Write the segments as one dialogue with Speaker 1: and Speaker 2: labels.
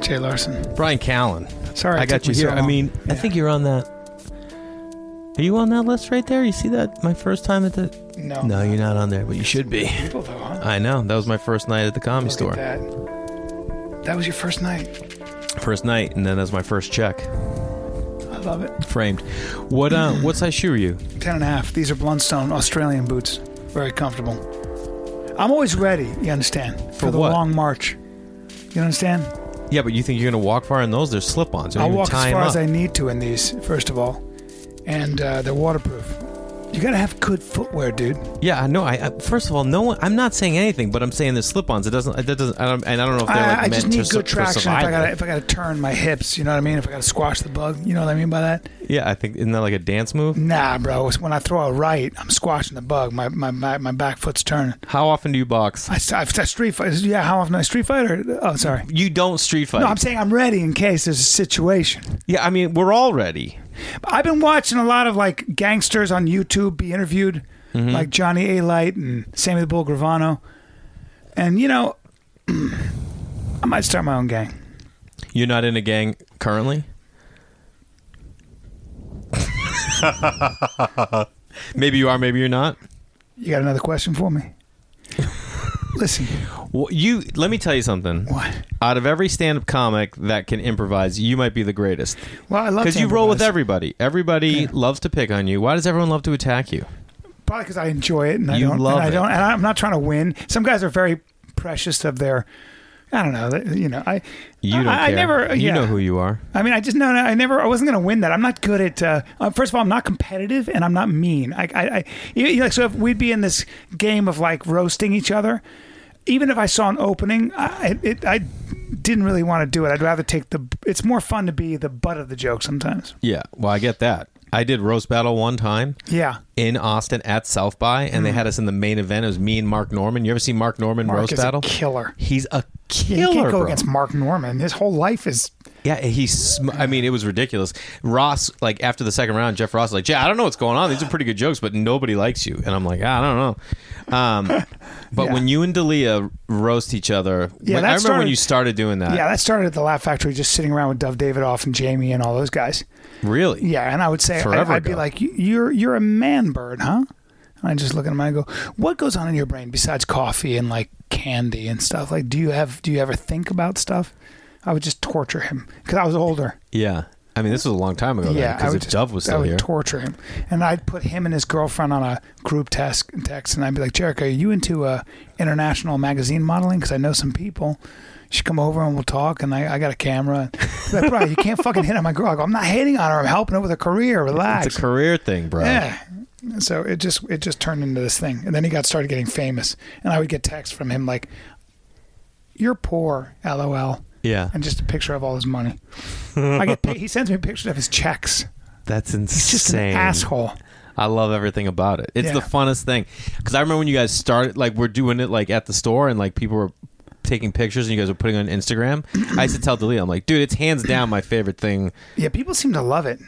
Speaker 1: Jay Larson.
Speaker 2: Brian Callen.
Speaker 1: Sorry,
Speaker 2: I
Speaker 1: it
Speaker 2: got
Speaker 1: took
Speaker 2: you
Speaker 1: me
Speaker 2: here.
Speaker 1: so
Speaker 2: I
Speaker 1: long.
Speaker 2: mean,
Speaker 1: Yeah.
Speaker 2: I think you're on that. Are you on that list right there? You see that? My first time at the.
Speaker 1: no,
Speaker 2: No, you're not on there, but you should be.
Speaker 1: people though, huh?
Speaker 2: I know. That was my first night at the comedy
Speaker 1: Look
Speaker 2: store.
Speaker 1: at that. That was your first night.
Speaker 2: First night, and then that's my first check
Speaker 1: I love it.
Speaker 2: framed. What uh, what size shoe are you?
Speaker 1: Ten and a half. These are Blundstone Australian boots. Very comfortable. I'm always ready. You understand for, the
Speaker 2: what?
Speaker 1: long march. You understand?
Speaker 2: Yeah, but you think you're gonna walk far in those? They're slip-ons. They don't
Speaker 1: I'll
Speaker 2: even
Speaker 1: walk
Speaker 2: tie
Speaker 1: as
Speaker 2: 'em
Speaker 1: far as
Speaker 2: up.
Speaker 1: I need to in these. First of all, and uh, they're waterproof. You gotta have good footwear, dude.
Speaker 2: Yeah, I know. I, I first of all, no one. I'm not saying anything, but I'm saying the slip-ons. It doesn't. It doesn't. I don't, and I don't know if they're like
Speaker 1: I, I
Speaker 2: meant
Speaker 1: just
Speaker 2: to
Speaker 1: need
Speaker 2: su-
Speaker 1: good
Speaker 2: for
Speaker 1: traction. If I
Speaker 2: survival.
Speaker 1: gotta, if I gotta turn my hips, you know what I mean. If I gotta squash the bug, you know what I mean by that.
Speaker 2: yeah, I think isn't that like a dance move?
Speaker 1: Nah, bro. It's when I throw a right, I'm squashing the bug. My my my, my back foot's turning.
Speaker 2: How often do you box?
Speaker 1: I, I, I street fight. Yeah, how often I street fight? Or oh, sorry.
Speaker 2: You don't street fight.
Speaker 1: No, I'm saying I'm ready in case there's a situation.
Speaker 2: yeah, I mean we're all ready.
Speaker 1: But I've been watching a lot of like gangsters on YouTube be interviewed,
Speaker 2: Mm-hmm.
Speaker 1: like Johnny A. Light and Sammy the Bull Gravano, and you know, I might start my own gang.
Speaker 2: You're not in a gang currently. maybe you are. Maybe you're not.
Speaker 1: You got another question for me? Listen,
Speaker 2: Well, you let me tell you something.
Speaker 1: what?
Speaker 2: Out of every stand-up comic that can improvise, you might be the greatest.
Speaker 1: Well, I love
Speaker 2: Because
Speaker 1: to
Speaker 2: you roll with
Speaker 1: improvise.
Speaker 2: everybody. Everybody
Speaker 1: Yeah.
Speaker 2: loves to pick on you. Why does everyone love to attack you?
Speaker 1: Probably because I enjoy it and I
Speaker 2: You
Speaker 1: don't.
Speaker 2: love
Speaker 1: and I
Speaker 2: it.
Speaker 1: don't. And I'm not trying to win. Some guys are very precious of their. I don't know. that- You know, I.
Speaker 2: You
Speaker 1: I-
Speaker 2: don't
Speaker 1: I,
Speaker 2: care.
Speaker 1: never.
Speaker 2: You
Speaker 1: yeah.
Speaker 2: know who you are.
Speaker 1: I mean, I just no, no. I never. I wasn't going to win that. I'm not good at. Uh, uh, first of all, I'm not competitive, and I'm not mean. I, I, I you, you know, like, so if we'd be in this game of like roasting each other, even if I saw an opening, I, it, I didn't really want to do it. I'd rather take the. It's more fun to be the butt of the joke sometimes.
Speaker 2: Yeah. Well, I get that. I did roast battle one time
Speaker 1: Yeah,
Speaker 2: in Austin at South by, and they had us in the main event. It was me and Mark Norman. You ever see Mark
Speaker 1: Hmm.
Speaker 2: Norman
Speaker 1: Mark
Speaker 2: roast
Speaker 1: is a
Speaker 2: battle?
Speaker 1: killer.
Speaker 2: He's a
Speaker 1: Yeah, you
Speaker 2: killer,
Speaker 1: can't go
Speaker 2: bro.
Speaker 1: against Mark Norman. His whole life is.
Speaker 2: Yeah, he. Sm- I mean, it was ridiculous. Ross, like after the second round, Jeff Ross, was like, yeah, I don't know what's going on. These are pretty good jokes, but nobody likes you. And I'm like, "Ah, I don't know. Um, but
Speaker 1: Yeah.
Speaker 2: when you and Dalia roast each other,
Speaker 1: Yeah,
Speaker 2: when-
Speaker 1: that
Speaker 2: I remember when
Speaker 1: started-
Speaker 2: you started doing that.
Speaker 1: Yeah, that started at the Laugh Factory, just sitting around with Dove Davidoff and Jamie and all those guys.
Speaker 2: Really?
Speaker 1: Yeah, and I would say
Speaker 2: Forever
Speaker 1: I, I'd be
Speaker 2: ago.
Speaker 1: like, "You're you're a man bird, huh?" And I just look at him and I go, "What goes on in your brain besides coffee and like candy and stuff? Like, do you have do you ever think about stuff?" I would just torture him because I was older.
Speaker 2: Yeah. I mean, this was a long time ago.
Speaker 1: yeah, I
Speaker 2: Because
Speaker 1: would
Speaker 2: if
Speaker 1: just,
Speaker 2: Dove
Speaker 1: I
Speaker 2: was still
Speaker 1: would
Speaker 2: here,
Speaker 1: torture him, and I'd put him and his girlfriend on a group test text, and I'd be like, "Jericho, are you into uh, international magazine modeling? Because I know some people." She come over and we'll talk, and I, I got a camera. Like, bro, you can't fucking hit on my girl. I go, I'm not hating on her. I'm helping her with her career. Relax.
Speaker 2: it's a career thing, bro.
Speaker 1: Yeah. So it just it just turned into this thing, and then he got started getting famous, and I would get texts from him like, "You're poor, lol,"
Speaker 2: Yeah.
Speaker 1: and just a picture of all his money. I get paid, he sends me pictures of his checks.
Speaker 2: That's insane.
Speaker 1: He's just an asshole.
Speaker 2: I love everything about it. It's
Speaker 1: Yeah.
Speaker 2: the funnest thing. Because I remember when you guys started, like, we're doing it, like, at the store, and, like, people were taking pictures and you guys were putting it on Instagram. I used to tell Delia, I'm like, dude, it's hands down my favorite thing.
Speaker 1: Yeah, people seem to love it.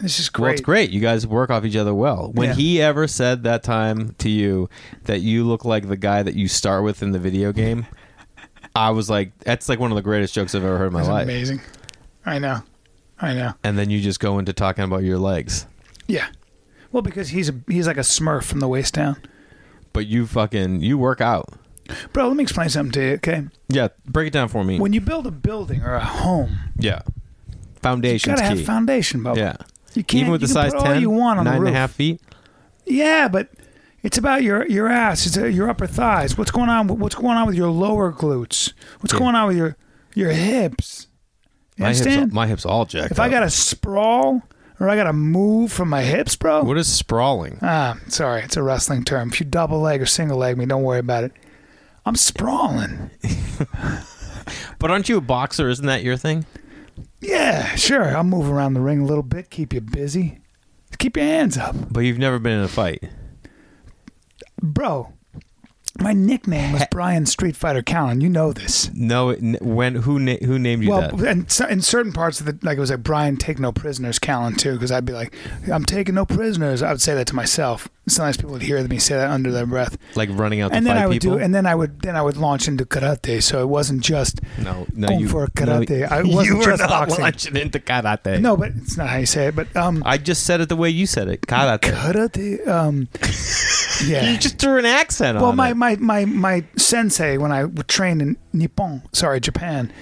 Speaker 1: It's just great.
Speaker 2: Well, it's great. You guys work off each other well. When
Speaker 1: Yeah.
Speaker 2: he ever said that time to you that you look like the guy that you start with in the video game, I was like, that's like one of the greatest jokes I've ever heard in my
Speaker 1: It's
Speaker 2: life.
Speaker 1: amazing. I know. I know.
Speaker 2: And then you just go into talking about your legs.
Speaker 1: Yeah. Well, because he's a, he's like a Smurf from the waist down.
Speaker 2: But you fucking, you work out.
Speaker 1: Bro, let me explain something to you. Okay,
Speaker 2: Yeah, break it down for me.
Speaker 1: when you build a building or a home,
Speaker 2: yeah.
Speaker 1: you
Speaker 2: Foundation's
Speaker 1: gotta have
Speaker 2: key.
Speaker 1: foundation, Bubba.
Speaker 2: yeah.
Speaker 1: You Oh, can't
Speaker 2: Even with
Speaker 1: you
Speaker 2: the
Speaker 1: can
Speaker 2: size
Speaker 1: put all
Speaker 2: 10,
Speaker 1: you want on
Speaker 2: nine
Speaker 1: the
Speaker 2: and
Speaker 1: roof.
Speaker 2: a half feet.
Speaker 1: Yeah, but it's about your your ass. It's uh your upper thighs. What's going on? What's going on with your lower glutes? What's
Speaker 2: Yeah.
Speaker 1: going on with your your hips? You
Speaker 2: My
Speaker 1: understand?
Speaker 2: hips, my hips all jacked
Speaker 1: if I
Speaker 2: up.
Speaker 1: got to sprawl or I got to move from my hips, bro.
Speaker 2: What is sprawling?
Speaker 1: ah, sorry, it's a wrestling term. If you double leg or single leg me, don't worry about it. I'm sprawling.
Speaker 2: But aren't you a boxer? Isn't that your thing?
Speaker 1: Yeah, sure. I'll move around the ring a little bit, keep you busy. Keep your hands up.
Speaker 2: But you've never been in a fight.
Speaker 1: Bro, my nickname was Brian Street Fighter Callen. You know this.
Speaker 2: No, n- when who na- who named you
Speaker 1: Well,
Speaker 2: that?
Speaker 1: and so- in certain parts of the like, it was like Brian, take no prisoners, Callan too, because I'd be like, I'm taking no prisoners. I would say that to myself. sometimes people would hear me say that under their breath.
Speaker 2: like running out to
Speaker 1: and then
Speaker 2: fight
Speaker 1: I would
Speaker 2: people.
Speaker 1: do, and then I would, then I would launch into karate. So it wasn't just
Speaker 2: no, no,
Speaker 1: kung
Speaker 2: you
Speaker 1: fu karate.
Speaker 2: No,
Speaker 1: I wasn't
Speaker 2: you were
Speaker 1: just
Speaker 2: not
Speaker 1: boxing.
Speaker 2: launching into karate.
Speaker 1: No, but it's not how you say it. But um,
Speaker 2: I just said it the way you said it. Karate.
Speaker 1: karate. Um, yeah.
Speaker 2: You just threw an accent
Speaker 1: well,
Speaker 2: on
Speaker 1: my,
Speaker 2: it.
Speaker 1: my my my sensei when I would train in Nippon, sorry, Japan,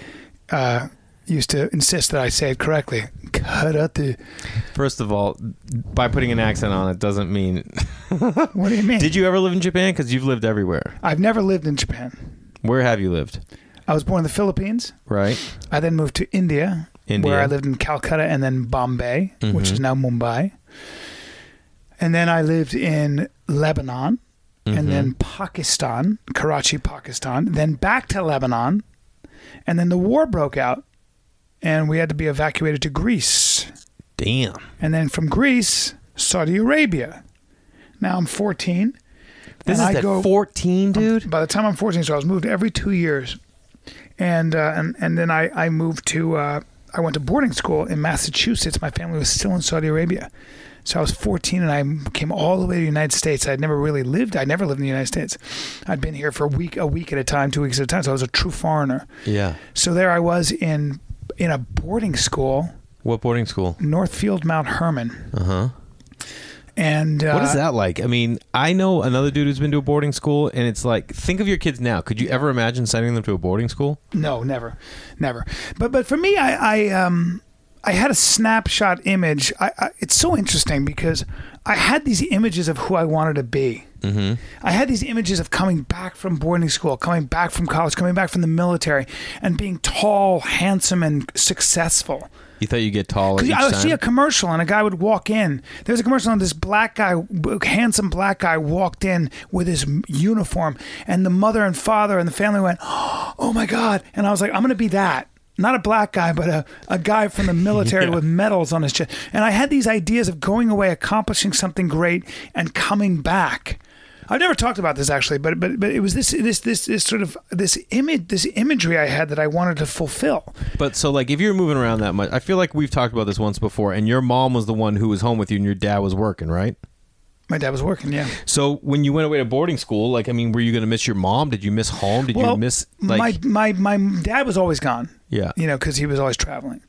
Speaker 1: uh, used to insist that I say it correctly. Karate.
Speaker 2: First of all, by putting an accent on it doesn't mean.
Speaker 1: What do you mean?
Speaker 2: Did you ever live in Japan? Because you've lived everywhere.
Speaker 1: I've never lived in Japan.
Speaker 2: Where have you lived?
Speaker 1: I was born in the Philippines.
Speaker 2: Right.
Speaker 1: I then moved to India,
Speaker 2: India.
Speaker 1: where I lived in Calcutta and then Bombay, which
Speaker 2: Mhm.
Speaker 1: is now Mumbai. And then I lived in Lebanon and then Pakistan, Karachi, Pakistan, then back to Lebanon. And then the war broke out and we had to be evacuated to Greece.
Speaker 2: Damn.
Speaker 1: And then from Greece, Saudi Arabia. Now I'm 14.
Speaker 2: This
Speaker 1: and I
Speaker 2: is at
Speaker 1: go-
Speaker 2: 14, dude.
Speaker 1: by the time I'm 14, so I was moved every two years, and uh, and and then I I moved to uh, I went to boarding school in Massachusetts. My family was still in Saudi Arabia, so I was 14 and I came all the way to the United States. I'd never really lived. I never lived in the United States. I'd been here for a week, a week at a time, two weeks at a time. So I was a true foreigner.
Speaker 2: Yeah.
Speaker 1: So there I was in in a boarding school,
Speaker 2: What boarding school?
Speaker 1: Northfield Mount Herman,
Speaker 2: Uh huh.
Speaker 1: and uh,
Speaker 2: What is that like? I mean, I know another dude who's been to a boarding school, and it's like, think of your kids now. Could you ever imagine sending them to a boarding school?
Speaker 1: No, never, never. But but for me, I I um I had a snapshot image. I, I it's so interesting because I had these images of who I wanted to be. Mm-hmm. I had these images of coming back from boarding school, coming back from college, coming back from the military, and being tall, handsome, and successful.
Speaker 2: You thought you'd get taller each
Speaker 1: I would uh, see a
Speaker 2: time?
Speaker 1: commercial and a guy would walk in. There was a commercial and this black guy, b- handsome black guy, walked in with his m- uniform, and the mother and father and the family went, "Oh my god!" And I was like, "I'm going to be that." Not a black guy, but a, a guy from the military with medals on his chest. And I had these ideas of going away, accomplishing something great, and coming back. I've never talked about this actually, but but but it was this this this this sort of this image this imagery I had that I wanted to fulfill.
Speaker 2: But so, like, if you're moving around that much, I feel like we've talked about this once before, and your mom was the one who was home with you, and your dad was working, right?
Speaker 1: My dad was working, yeah.
Speaker 2: So when you went away to boarding school, like, I mean, were you going to miss your mom? Did you miss home? Did you miss like?
Speaker 1: my my my dad was always gone.
Speaker 2: Yeah.
Speaker 1: you know, because he was always traveling.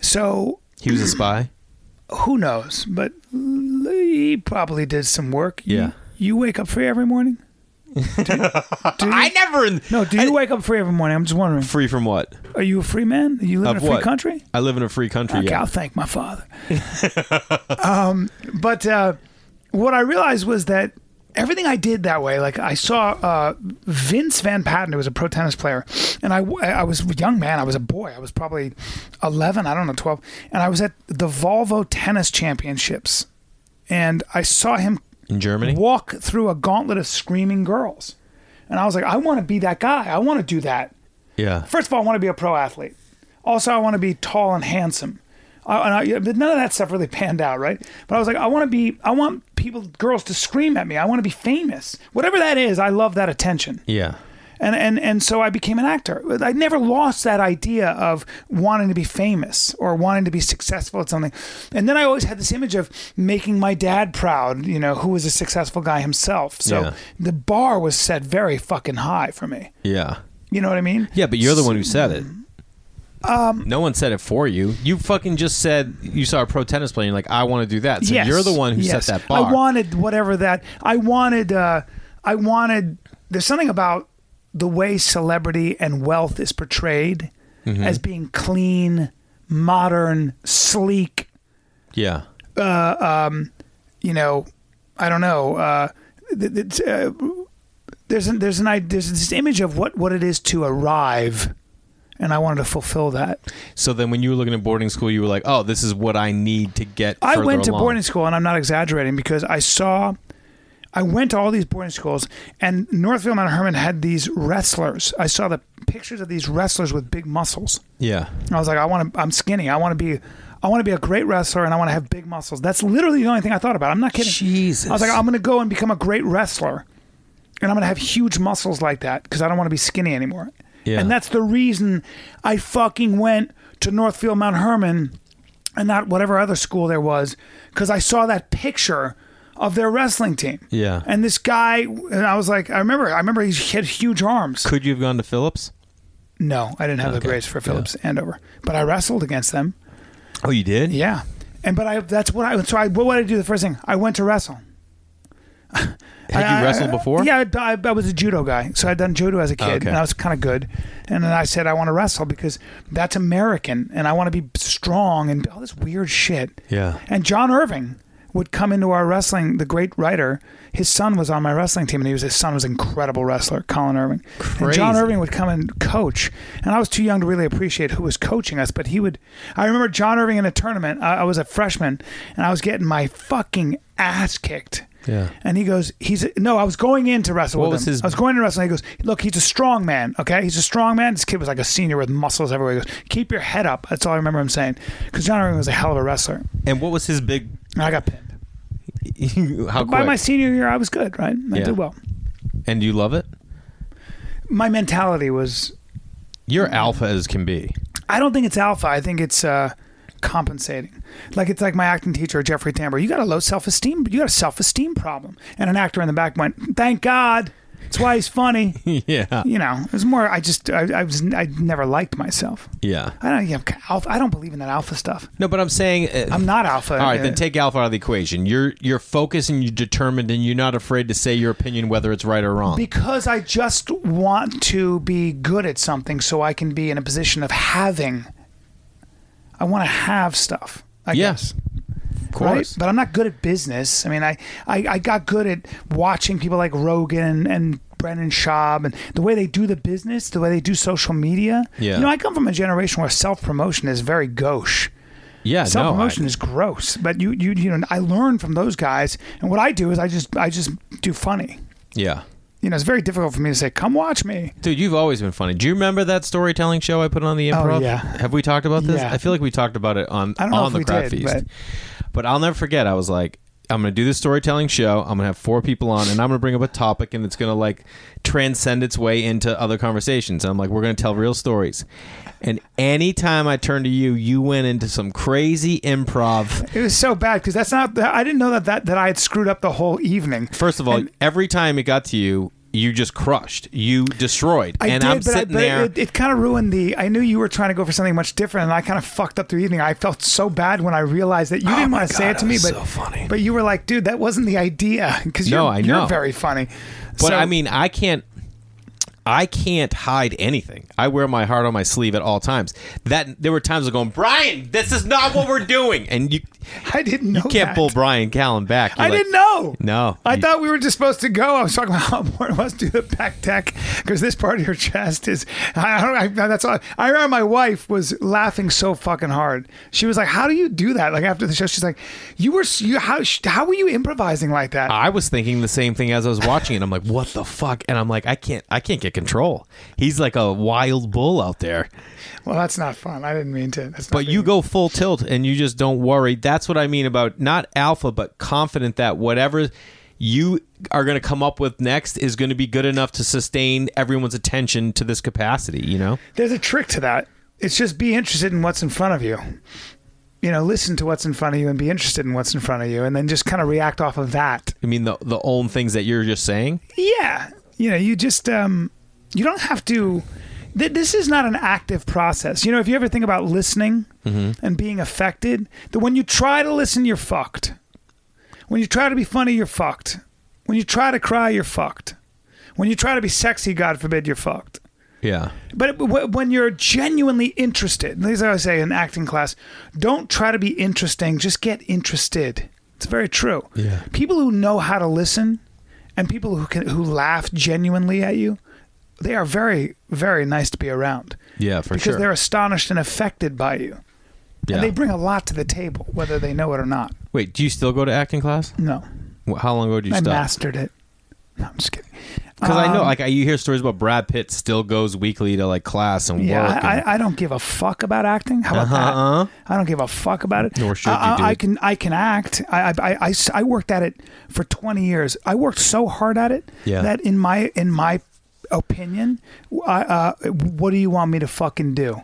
Speaker 1: So
Speaker 2: he was a spy.
Speaker 1: who knows? But he probably did some work. You-
Speaker 2: Yeah.
Speaker 1: you, wake up free every morning.
Speaker 2: I never. In,
Speaker 1: Mm. No, do you wake up free every morning? I'm just wondering.
Speaker 2: free from what?
Speaker 1: Are you a free man? You live in
Speaker 2: Of
Speaker 1: a free
Speaker 2: what?
Speaker 1: country?
Speaker 2: I live in a free country.
Speaker 1: Okay,
Speaker 2: yeah.
Speaker 1: I'll thank my father. um, but uh, what I realized was that everything I did that way, like I saw uh, Vince Van Patten, who was a pro tennis player, and I, I was a young man, I was a boy, I was probably 11, I don't know, 12, and I was at the Volvo Tennis Championships, and I saw him
Speaker 2: In Germany.
Speaker 1: walk through a gauntlet of screaming girls. And I was like, I want to be that guy. I want to do that.
Speaker 2: Yeah.
Speaker 1: First of all, I want to be a pro athlete. Also, I want to be tall and handsome. I, and I, yeah, but none of that stuff really panned out, right? But I was like, I want to be. I want people, girls, to scream at me. I want to be famous. Whatever that is, I love that attention.
Speaker 2: Yeah.
Speaker 1: And and and so I became an actor. I never lost that idea of wanting to be famous or wanting to be successful at something. And then I always had this image of making my dad proud. You know, who was a successful guy himself. So
Speaker 2: Yeah.
Speaker 1: the bar was set very fucking high for me.
Speaker 2: Yeah.
Speaker 1: You know what I mean?
Speaker 2: Yeah, but you're the one who said it. Um, no one said it for you. You fucking just said you saw a pro tennis player. And you're like, I want to do that. So
Speaker 1: Yes,
Speaker 2: you're the one who
Speaker 1: yes.
Speaker 2: set that bar.
Speaker 1: I wanted whatever that I wanted. Uh, I wanted. There's something about the way celebrity and wealth is portrayed
Speaker 2: Mm-hmm.
Speaker 1: as being clean, modern, sleek.
Speaker 2: yeah.
Speaker 1: You know, I don't know. Uh, th- th- uh, there's an, there's an i- there's this image of what what it is to arrive, and I wanted to fulfill that.
Speaker 2: So then when you were looking at boarding school, you were like, oh, this is what I need to get.
Speaker 1: I
Speaker 2: further
Speaker 1: went to
Speaker 2: along.
Speaker 1: boarding school, and I'm not exaggerating because I saw, I went to all these boarding schools, and Northfield Mount Herman had these wrestlers. I saw the pictures of these wrestlers with big muscles.
Speaker 2: Yeah.
Speaker 1: And I was like, I want to. I'm skinny. I want to be. I want to be a great wrestler, and I want to have big muscles. That's literally the only thing I thought about. I'm not kidding.
Speaker 2: Jesus.
Speaker 1: I was like, I'm going to go and become a great wrestler, and I'm going to have huge muscles like that because I don't want to be skinny anymore.
Speaker 2: Yeah.
Speaker 1: And that's the reason I fucking went to Northfield Mount Herman and not whatever other school there was because I saw that picture of their wrestling team.
Speaker 2: Yeah.
Speaker 1: And this guy, and I was like, I remember, I remember he had huge arms.
Speaker 2: Could you have gone to Phillips?
Speaker 1: No, I didn't have the
Speaker 2: Okay.
Speaker 1: grace for Phillips Andover, but I wrestled against them.
Speaker 2: Oh, you did?
Speaker 1: Yeah, and but I that's what I so I what would I do the first thing I went to wrestle.
Speaker 2: Had
Speaker 1: I-
Speaker 2: you wrestled
Speaker 1: I-
Speaker 2: before?
Speaker 1: Uh, Yeah, I, I- I was a judo guy, so I'd done judo as a kid,
Speaker 2: okay.
Speaker 1: and I was kind of good. And then I said I want to wrestle because that's American, and I want to be strong and all this weird shit.
Speaker 2: Yeah.
Speaker 1: And John Irving would come into our wrestling. The great writer, his son was on my wrestling team, and he was his son was an incredible wrestler, Colin Irving. And John
Speaker 2: Crazy.
Speaker 1: Irving would come and coach, and I was too young to really appreciate who was coaching us. But he would. I remember John Irving in a tournament. I, I was a freshman, and I was getting my fucking ass kicked.
Speaker 2: Yeah.
Speaker 1: And he goes, he's no. I was going in to wrestle
Speaker 2: What
Speaker 1: with
Speaker 2: was
Speaker 1: him.
Speaker 2: his-
Speaker 1: I was going to wrestle. And he goes, look, he's a strong man. Okay, he's a strong man. This kid was like a senior with muscles everywhere. He goes, keep your head up. That's all I remember him saying. Because John Irving was a hell of a wrestler.
Speaker 2: And what was his big?
Speaker 1: And I got pinned.
Speaker 2: how
Speaker 1: By
Speaker 2: quick?
Speaker 1: my senior year, I was good, right? I
Speaker 2: Yeah.
Speaker 1: did well.
Speaker 2: and you love it?
Speaker 1: My mentality was
Speaker 2: You're alpha as can be.
Speaker 1: I don't think it's alpha. I think it's uh, compensating. Like it's like my acting teacher, Jeffrey Tambor. You got a low self esteem, but you got a self esteem problem. And an actor in the back went, "Thank God, that's why he's funny."
Speaker 2: yeah.
Speaker 1: you know, it was more. I just I, I was I never liked myself.
Speaker 2: Yeah.
Speaker 1: I don't. Yeah, alpha, I don't believe in that alpha stuff.
Speaker 2: No, but I'm saying uh,
Speaker 1: I'm not alpha.
Speaker 2: All right,
Speaker 1: Uh,
Speaker 2: then take alpha out of the equation. You're you're focused and you're determined, and you're not afraid to say your opinion whether it's right or wrong.
Speaker 1: because I just want to be good at something so I can be in a position of having. I want to have stuff. I
Speaker 2: yes,
Speaker 1: guess.
Speaker 2: of
Speaker 1: right?
Speaker 2: course.
Speaker 1: But I'm not good at business. I mean, I, I, I got good at watching people like Rogan and, and Brendan Schaub and the way they do the business, the way they do social media.
Speaker 2: Yeah.
Speaker 1: You know, I come from a generation where self promotion is very gauche.
Speaker 2: yeah,
Speaker 1: Self
Speaker 2: no, I,
Speaker 1: promotion is gross, but you, you you know I learn from those guys, and what I do is I just I just do funny.
Speaker 2: yeah,
Speaker 1: You know, it's very difficult for me to say, "Come watch me."
Speaker 2: dude, you've always been funny. Do you remember that storytelling show I put on the improv?
Speaker 1: Oh, yeah.
Speaker 2: Have we talked about this?
Speaker 1: Yeah.
Speaker 2: I feel like we talked about it on
Speaker 1: I don't know
Speaker 2: on
Speaker 1: if
Speaker 2: the
Speaker 1: we
Speaker 2: crab
Speaker 1: did,
Speaker 2: feast.
Speaker 1: but-
Speaker 2: But I'll never forget. I was like, I'm going to do this storytelling show. I'm going to have four people on, and I'm going to bring up a topic, and it's going to like transcend its way into other conversations. And I'm like, we're going to tell real stories. And anytime I turned to you, you went into some crazy improv.
Speaker 1: It was so bad because that's not. I didn't know that, that that I had screwed up the whole evening.
Speaker 2: First of all, every time it got to you, you just crushed. You destroyed.
Speaker 1: I
Speaker 2: and
Speaker 1: did,
Speaker 2: I'm
Speaker 1: but, I,
Speaker 2: sitting
Speaker 1: but
Speaker 2: there.
Speaker 1: it, it kind of ruined the. I knew you were trying to go for something much different, and I kind of fucked up the evening. I felt so bad when I realized that you didn't
Speaker 2: Oh my
Speaker 1: want to say
Speaker 2: God,
Speaker 1: it to
Speaker 2: it
Speaker 1: me,
Speaker 2: was
Speaker 1: but
Speaker 2: so funny.
Speaker 1: but you were like, "Dude, that wasn't the idea," because
Speaker 2: No,
Speaker 1: you're,
Speaker 2: I know.
Speaker 1: you're very funny.
Speaker 2: But
Speaker 1: So-
Speaker 2: I mean, I can't. I can't hide anything. I wear my heart on my sleeve at all times. That there were times of going, Brian, this is not what we're doing, and you
Speaker 1: I didn't know.
Speaker 2: can't
Speaker 1: that.
Speaker 2: pull Brian Callen back. You're
Speaker 1: I
Speaker 2: like,
Speaker 1: didn't know.
Speaker 2: No,
Speaker 1: I
Speaker 2: You-
Speaker 1: thought we were just supposed to go. I was talking about how important it was to do the back deck because this part of your chest is. I, I don't. I, that's all. I remember my wife was laughing so fucking hard. She was like, "How do you do that?" Like after the show, she's like, "You were s- you how sh- how were you improvising like that?"
Speaker 2: I was thinking the same thing as I was watching it. I'm like, what the fuck? And I'm like, I can't, I can't get control. He's like a wild bull out there.
Speaker 1: well, that's not fun. I didn't mean to. That's not
Speaker 2: But you
Speaker 1: being-
Speaker 2: go full tilt and you just don't worry. That's what I mean about not alpha, but confident that whatever you are going to come up with next is going to be good enough to sustain everyone's attention to this capacity, you know?
Speaker 1: There's a trick to that. It's just be interested in what's in front of you. You know, listen to what's in front of you and be interested in what's in front of you, and then just kind of react off of that.
Speaker 2: I mean, the, the own things that you're just saying.
Speaker 1: Yeah, you know, you just um, you don't have to. Th- this is not an active process. You know, if you ever think about listening and being affected, that when you try to listen, you're fucked. When you try to be funny, you're fucked. When you try to cry, you're fucked. When you try to be sexy, God forbid, you're fucked.
Speaker 2: Yeah.
Speaker 1: But w- when you're genuinely interested, these are I say in acting class, don't try to be interesting. Just get interested. It's very true.
Speaker 2: Yeah.
Speaker 1: People who know how to listen, and people who can who laugh genuinely at you, they are very very nice to be around.
Speaker 2: Yeah, for
Speaker 1: because
Speaker 2: sure.
Speaker 1: they're astonished and affected by you,
Speaker 2: Yeah.
Speaker 1: and they bring a lot to the table, whether they know it or not.
Speaker 2: Wait, do you still go to acting class?
Speaker 1: No,
Speaker 2: Wh- How long ago did you
Speaker 1: I
Speaker 2: stop?
Speaker 1: mastered it. No, I'm just kidding.
Speaker 2: Because I
Speaker 1: Um,
Speaker 2: know, like, I, you hear stories about Brad Pitt still goes weekly to like class and
Speaker 1: Yeah,
Speaker 2: work.
Speaker 1: I,
Speaker 2: and-
Speaker 1: I, I don't give a fuck about acting. How about
Speaker 2: Uh-huh.
Speaker 1: that? I don't give a fuck about it.
Speaker 2: Nor should
Speaker 1: I,
Speaker 2: you,
Speaker 1: I- I
Speaker 2: dude.
Speaker 1: can I can act. I, I, I- I s- I worked at it for twenty years. I worked so hard at it
Speaker 2: Yeah.
Speaker 1: that in my in my opinion, I, uh, what do you want me to fucking do?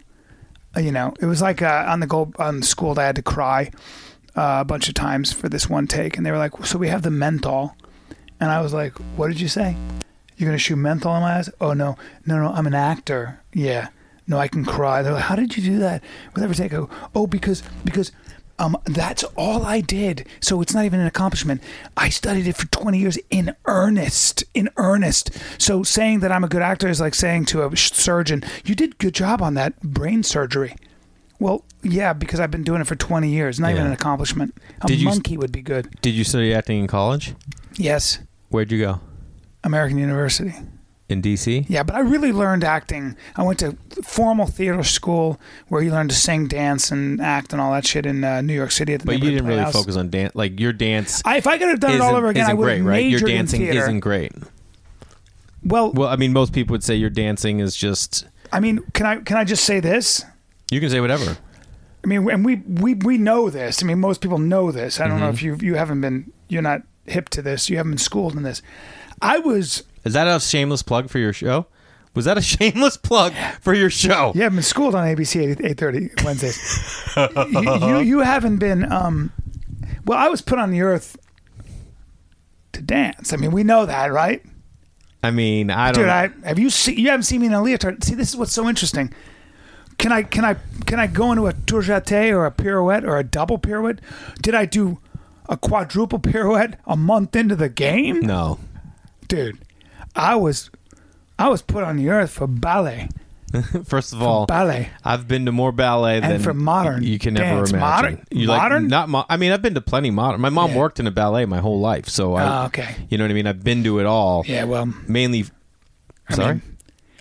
Speaker 1: Uh, You know, it was like uh, on the gold on school. I had to cry. uh, a bunch of times for this one take, and they were like, "So we have the menthol," and I was like, "What did you say? You're gonna shoot menthol in my eyes? Oh no, no, no! I'm an actor. Yeah, no, I can cry." They're like, "How did you do that with every take?" I go, "Oh, because because." Um, that's all I did. So it's not even an accomplishment. I studied it for 20 years in earnest. In earnest. So saying that I'm a good actor is like saying to a sh- surgeon, "You did good job on that brain surgery." Well, yeah, because I've been doing it for 20 years. Not even
Speaker 2: Yeah.
Speaker 1: an accomplishment. A
Speaker 2: Did you-
Speaker 1: monkey would be good.
Speaker 2: Did you study acting in college?
Speaker 1: Yes,
Speaker 2: Where'd you go?
Speaker 1: American University.
Speaker 2: In D.C.
Speaker 1: Yeah, but I really learned acting. I went to formal theater school where you learn to sing, dance, and act and all that shit in uh, New York City at the
Speaker 2: But you
Speaker 1: Neighborhood
Speaker 2: didn't really
Speaker 1: Playhouse.
Speaker 2: focus on dance. Like your dance
Speaker 1: I, if I could have done it all
Speaker 2: isn't-
Speaker 1: over again,
Speaker 2: isn't
Speaker 1: I would
Speaker 2: great,
Speaker 1: have
Speaker 2: right?
Speaker 1: majored
Speaker 2: Your dancing
Speaker 1: in theater.
Speaker 2: isn't great.
Speaker 1: well,
Speaker 2: Well, I mean, most people would say your dancing is just.
Speaker 1: I mean, can I can I just say this?
Speaker 2: You can say whatever.
Speaker 1: I mean, and we we we know this. I mean, most people know this. I don't know if
Speaker 2: Mm-hmm.
Speaker 1: you you haven't been you're not hip to this. You haven't been schooled in this. I was
Speaker 2: Is that a shameless plug for your show? Was that a shameless plug for your show?
Speaker 1: you haven't been schooled on ABC eight thirty Wednesdays. you, you you haven't been. Um, well, I was put on the earth to dance. I mean, we know that, right?
Speaker 2: I mean, I don't.
Speaker 1: Dude,
Speaker 2: know.
Speaker 1: I have you seen you haven't seen me in a leotard. See, this is what's so interesting. Can I can I can I go into a tourjete or a pirouette or a double pirouette? Did I do a quadruple pirouette a month into the game?
Speaker 2: no.
Speaker 1: Dude, I was I was put on the earth for ballet.
Speaker 2: First of all,
Speaker 1: Ballet.
Speaker 2: I've been to more ballet than
Speaker 1: for modern
Speaker 2: You can never
Speaker 1: dance.
Speaker 2: imagine.
Speaker 1: Modern-
Speaker 2: you like,
Speaker 1: modern?
Speaker 2: Not. Mo- I mean, I've been to plenty modern. My mom
Speaker 1: Yeah.
Speaker 2: worked in a ballet my whole life, so I.
Speaker 1: Oh, okay.
Speaker 2: You know what I mean? I've been to it all.
Speaker 1: Yeah, well,
Speaker 2: Mainly. sorry.
Speaker 1: mean-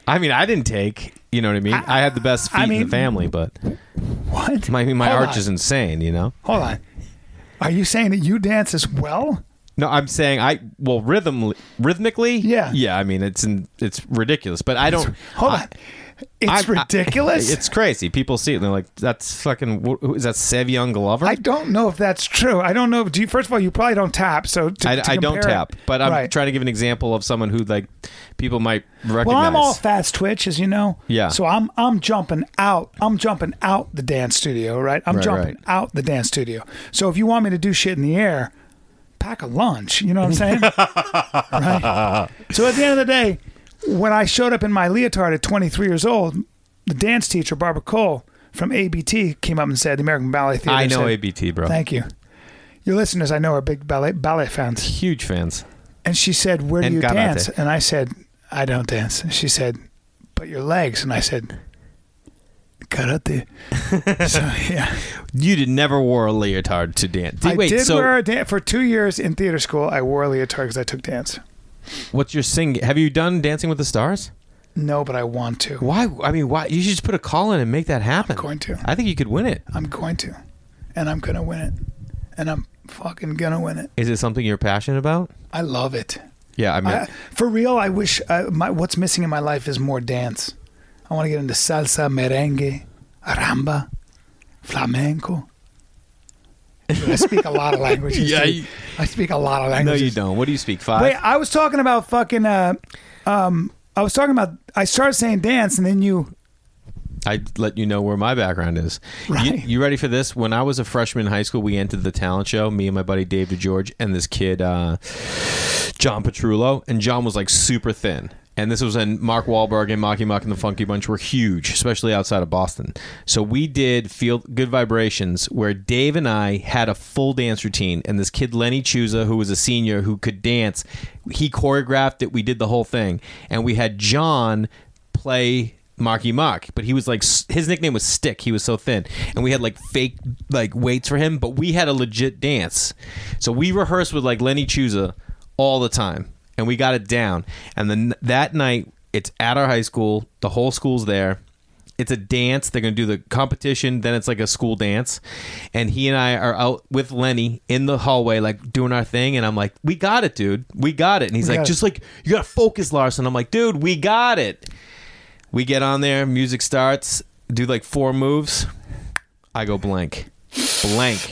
Speaker 2: I mean, I didn't take. You know what I mean? I, had the best feet
Speaker 1: I
Speaker 2: in
Speaker 1: mean-
Speaker 2: the family, but
Speaker 1: what?
Speaker 2: my I mean, my
Speaker 1: Hold
Speaker 2: arch
Speaker 1: on.
Speaker 2: is insane. You know.
Speaker 1: Hold on. Are you saying that you dance as well?
Speaker 2: No, I'm saying I well rhythm rhythmically.
Speaker 1: Yeah.
Speaker 2: yeah. I mean, it's in, it's ridiculous, but I don't.
Speaker 1: Hold
Speaker 2: I-
Speaker 1: on. It's
Speaker 2: I- I-
Speaker 1: ridiculous.
Speaker 2: it's crazy. People see it and they're like, "That's fucking wh- who is that Sev Young Glover?"
Speaker 1: I don't know if that's true. I don't know. Do you, first of all, you probably don't tap. So to,
Speaker 2: I,
Speaker 1: to
Speaker 2: I don't
Speaker 1: compare it-
Speaker 2: tap, but I'm
Speaker 1: Right.
Speaker 2: trying to give an example of someone who like people might recognize.
Speaker 1: Well, I'm all fast twitch, as you know.
Speaker 2: Yeah.
Speaker 1: So I'm I'm jumping out. I'm jumping out the dance studio, right? I'm
Speaker 2: Right,
Speaker 1: jumping
Speaker 2: right.
Speaker 1: out the dance studio. So if you want me to do shit in the air, pack a lunch. You know what I'm saying? right. So at the end of the day, when I showed up in my leotard at 23 years old, the dance teacher Barbara Cole from ABT came up and said, "The American Ballet Theater."
Speaker 2: I know
Speaker 1: said,
Speaker 2: ABT, bro.
Speaker 1: Thank you. Your listeners, I know, are big ballet ballet fans.
Speaker 2: Huge fans.
Speaker 1: And she said, "Where do
Speaker 2: And
Speaker 1: you
Speaker 2: karate.
Speaker 1: dance?" And I said, "I don't dance." And she said, "But your legs." And I said, "Karate." so yeah,
Speaker 2: You did never wore a leotard to dance.
Speaker 1: I
Speaker 2: Wait,
Speaker 1: did
Speaker 2: so
Speaker 1: wear a dance for two years in theater school. I wore a leotard because I took dance.
Speaker 2: what's your sing? Have you done Dancing with the Stars?
Speaker 1: No, but I want to.
Speaker 2: Why? I mean, why? You should just put a call in and make that happen.
Speaker 1: going to.
Speaker 2: I think you could win it.
Speaker 1: I'm going to, and I'm gonna win it, and I'm fucking gonna win it.
Speaker 2: Is it something you're passionate about?
Speaker 1: I love it.
Speaker 2: Yeah, I mean,
Speaker 1: I, for real, I wish uh, my, what's missing in my life is more dance. I want to get into salsa, merengue, aramba, flamenco. Dude, I speak a lot of languages.
Speaker 2: Yeah,
Speaker 1: dude.
Speaker 2: you-
Speaker 1: I speak a lot of
Speaker 2: no, you
Speaker 1: languages.
Speaker 2: don't. What do you speak? Five.
Speaker 1: Wait, I was talking about fucking. Uh, um, I was talking about. I started saying dance, and then you.
Speaker 2: I let you know where my background is. You,
Speaker 1: Right.
Speaker 2: you ready for this? When I was a freshman in high school, we entered the talent show. Me and my buddy Dave DeGeorge and this kid uh, John Petrulo, and John was like super thin. And this was when Mark Wahlberg and Mocky Mock and the Funky Bunch were huge, especially outside of Boston. So we did Field Good Vibrations, where Dave and I had a full dance routine. And this kid Lenny Chuza, who was a senior who could dance, he choreographed it. We did the whole thing, and we had John play Marky Mark, but he was like s- his nickname was Stick. He was so thin, and we had like fake like weights for him, but we had a legit dance. So we rehearsed with like Lenny Chuza all the time, and we got it down. And then that night, it's at our high school. The whole school's there. It's a dance. They're gonna do the competition. Then it's like a school dance, and he and I are out with Lenny in the hallway, like doing our thing. And I'm like, "We got it, dude. We got it." And he's
Speaker 1: We got it.
Speaker 2: like, "Just like you gotta focus, Larson." I'm like, "Dude, we got it." We get on there, music starts, do like four moves. I go blank, blank,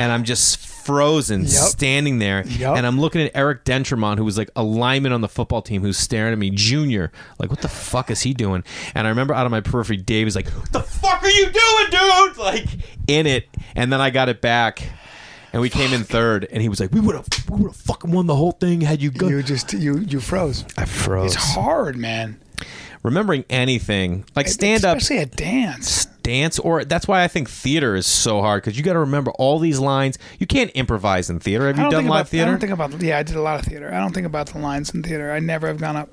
Speaker 2: and I'm just frozen, standing there,
Speaker 1: Yep.
Speaker 2: and I'm looking at Eric Dentremont, who was like a lineman on the football team, who's staring at me, junior, like, what the fuck is he doing? And I remember out of my periphery, Dave is like, "What the fuck are you doing, dude?" Like in it, and then I got it back. and we came in third, and he was like, "We would have, we would have fucking won the whole thing had you go."
Speaker 1: You just you you froze.
Speaker 2: I froze.
Speaker 1: It's hard, man.
Speaker 2: Remembering anything like stand up
Speaker 1: especially a dance.
Speaker 2: dance, or that's why I think theater is so hard because you got to remember all these lines. You can't improvise in theater. Have
Speaker 1: I
Speaker 2: you
Speaker 1: don't
Speaker 2: done
Speaker 1: think
Speaker 2: live
Speaker 1: about, I
Speaker 2: theater?
Speaker 1: don't think about yeah. I did a lot of theater. I don't think about the lines in theater. I never have gone up.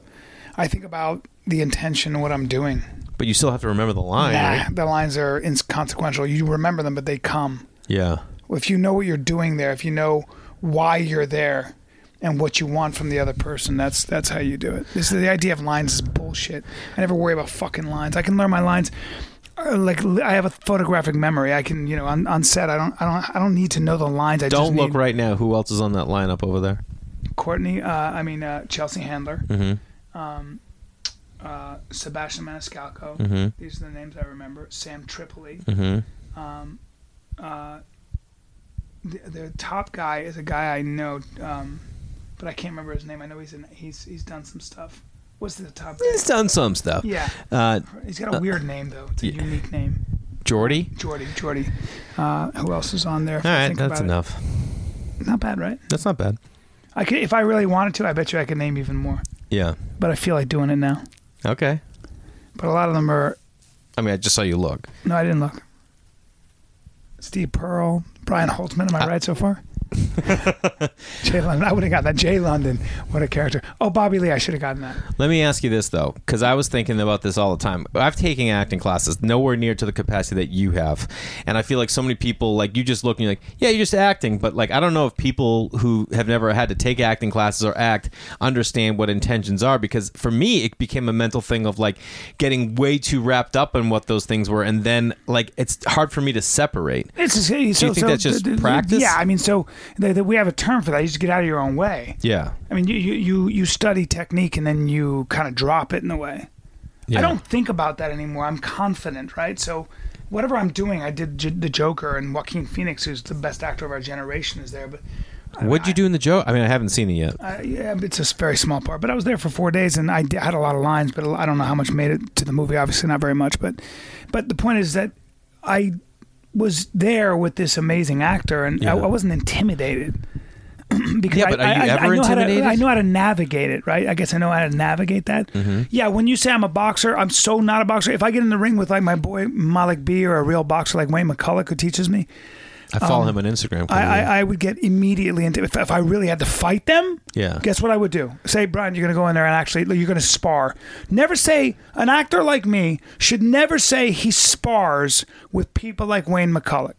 Speaker 1: I think about the intention, what I'm doing.
Speaker 2: but you still have to remember the line,
Speaker 1: Nah,
Speaker 2: right?
Speaker 1: the lines are inconsequential. You remember them, but they come.
Speaker 2: Yeah.
Speaker 1: if you know what you're doing there, if you know why you're there and what you want from the other person, that's that's how you do it. This the idea of lines is bullshit. I never worry about fucking lines. I can learn my lines. uh, Like li- I have a photographic memory. I can, you know, on, on set. I don't, I don't, I don't need to know the lines. I just
Speaker 2: Don't
Speaker 1: need
Speaker 2: look right now. Who else is on that lineup over there?
Speaker 1: Courtney. Uh, I mean uh, Chelsea Handler,
Speaker 2: Mm-hmm.
Speaker 1: um, uh, Sebastian Maniscalco. These are the names I remember. Sam Tripoli.
Speaker 2: Mm-hmm.
Speaker 1: um, uh, the, the top guy is a guy I know, um, but I can't remember his name. I know he's in, he's he's done some stuff. What's the top? guy?
Speaker 2: He's done some stuff.
Speaker 1: Yeah,
Speaker 2: Uh,
Speaker 1: he's got a weird name though. It's a
Speaker 2: yeah.
Speaker 1: unique name,
Speaker 2: Jordy.
Speaker 1: Jordy. Jordy. Uh, who else is on there? If
Speaker 2: All
Speaker 1: I
Speaker 2: right,
Speaker 1: think
Speaker 2: that's
Speaker 1: about
Speaker 2: enough.
Speaker 1: It. Not bad, right?
Speaker 2: That's not bad.
Speaker 1: I could, if I really wanted to, I bet you I could name even more.
Speaker 2: Yeah.
Speaker 1: But I feel like doing it now.
Speaker 2: Okay.
Speaker 1: But a lot of them are.
Speaker 2: I mean, I just saw you look.
Speaker 1: No, I didn't look. Steve Pearl, Brian Holtzman. Am
Speaker 2: Ah.
Speaker 1: I right so far? Jay London. I would have gotten that. Jay London. What a character. Oh, Bobby Lee. I should have gotten that.
Speaker 2: Let me ask you this though, because I was thinking about this all the time. I've taken acting classes, nowhere near to the capacity that you have, and I feel like so many people like you just look and you're like, yeah, you're just acting, but like I don't know if people who have never had to take acting classes or act understand what intentions are. Because for me, it became a mental thing of like getting way too wrapped up in what those things were, and then like it's hard for me to separate.
Speaker 1: It's just, so,
Speaker 2: think
Speaker 1: so-
Speaker 2: that's just practice?
Speaker 1: Yeah, I mean, so the, the, we have a term for that. You just get out of your own way.
Speaker 2: Yeah,
Speaker 1: I mean, you you you, you study technique and then you kind of drop it in a way.
Speaker 2: yeah.
Speaker 1: I don't think about that anymore. I'm confident, right? So, whatever I'm doing, I did J- the Joker and Joaquin Phoenix, who's the best actor of our generation, is there. But
Speaker 2: What'd you do in the joke? I mean, I haven't seen it yet.
Speaker 1: Uh, yeah, but it's a very small part. But I was there for four days, and I d- had a lot of lines, but I don't know how much made it to the movie. Obviously, not very much. But, but the point is that I was there with this amazing actor, and I,
Speaker 2: Yeah.
Speaker 1: I wasn't intimidated. because
Speaker 2: Yeah, but are
Speaker 1: I,
Speaker 2: you
Speaker 1: I,
Speaker 2: ever
Speaker 1: I know
Speaker 2: intimidated?
Speaker 1: How to, I know how to navigate it, right? I guess I know how to navigate that.
Speaker 2: Mm-hmm.
Speaker 1: Yeah, when you say I'm a boxer, I'm so not a boxer. If I get in the ring with like my boy Malik B or a real boxer like Wayne McCulloch who teaches me,
Speaker 2: I follow him on Instagram.
Speaker 1: I,
Speaker 2: clearly.
Speaker 1: I, I would get immediately into if, if I really had to fight them.
Speaker 2: Yeah.
Speaker 1: Guess what I would do? Say, Brian, you're going to go in there and actually you're going to spar. Never say an actor like me should never say he spars with people like Wayne McCulloch.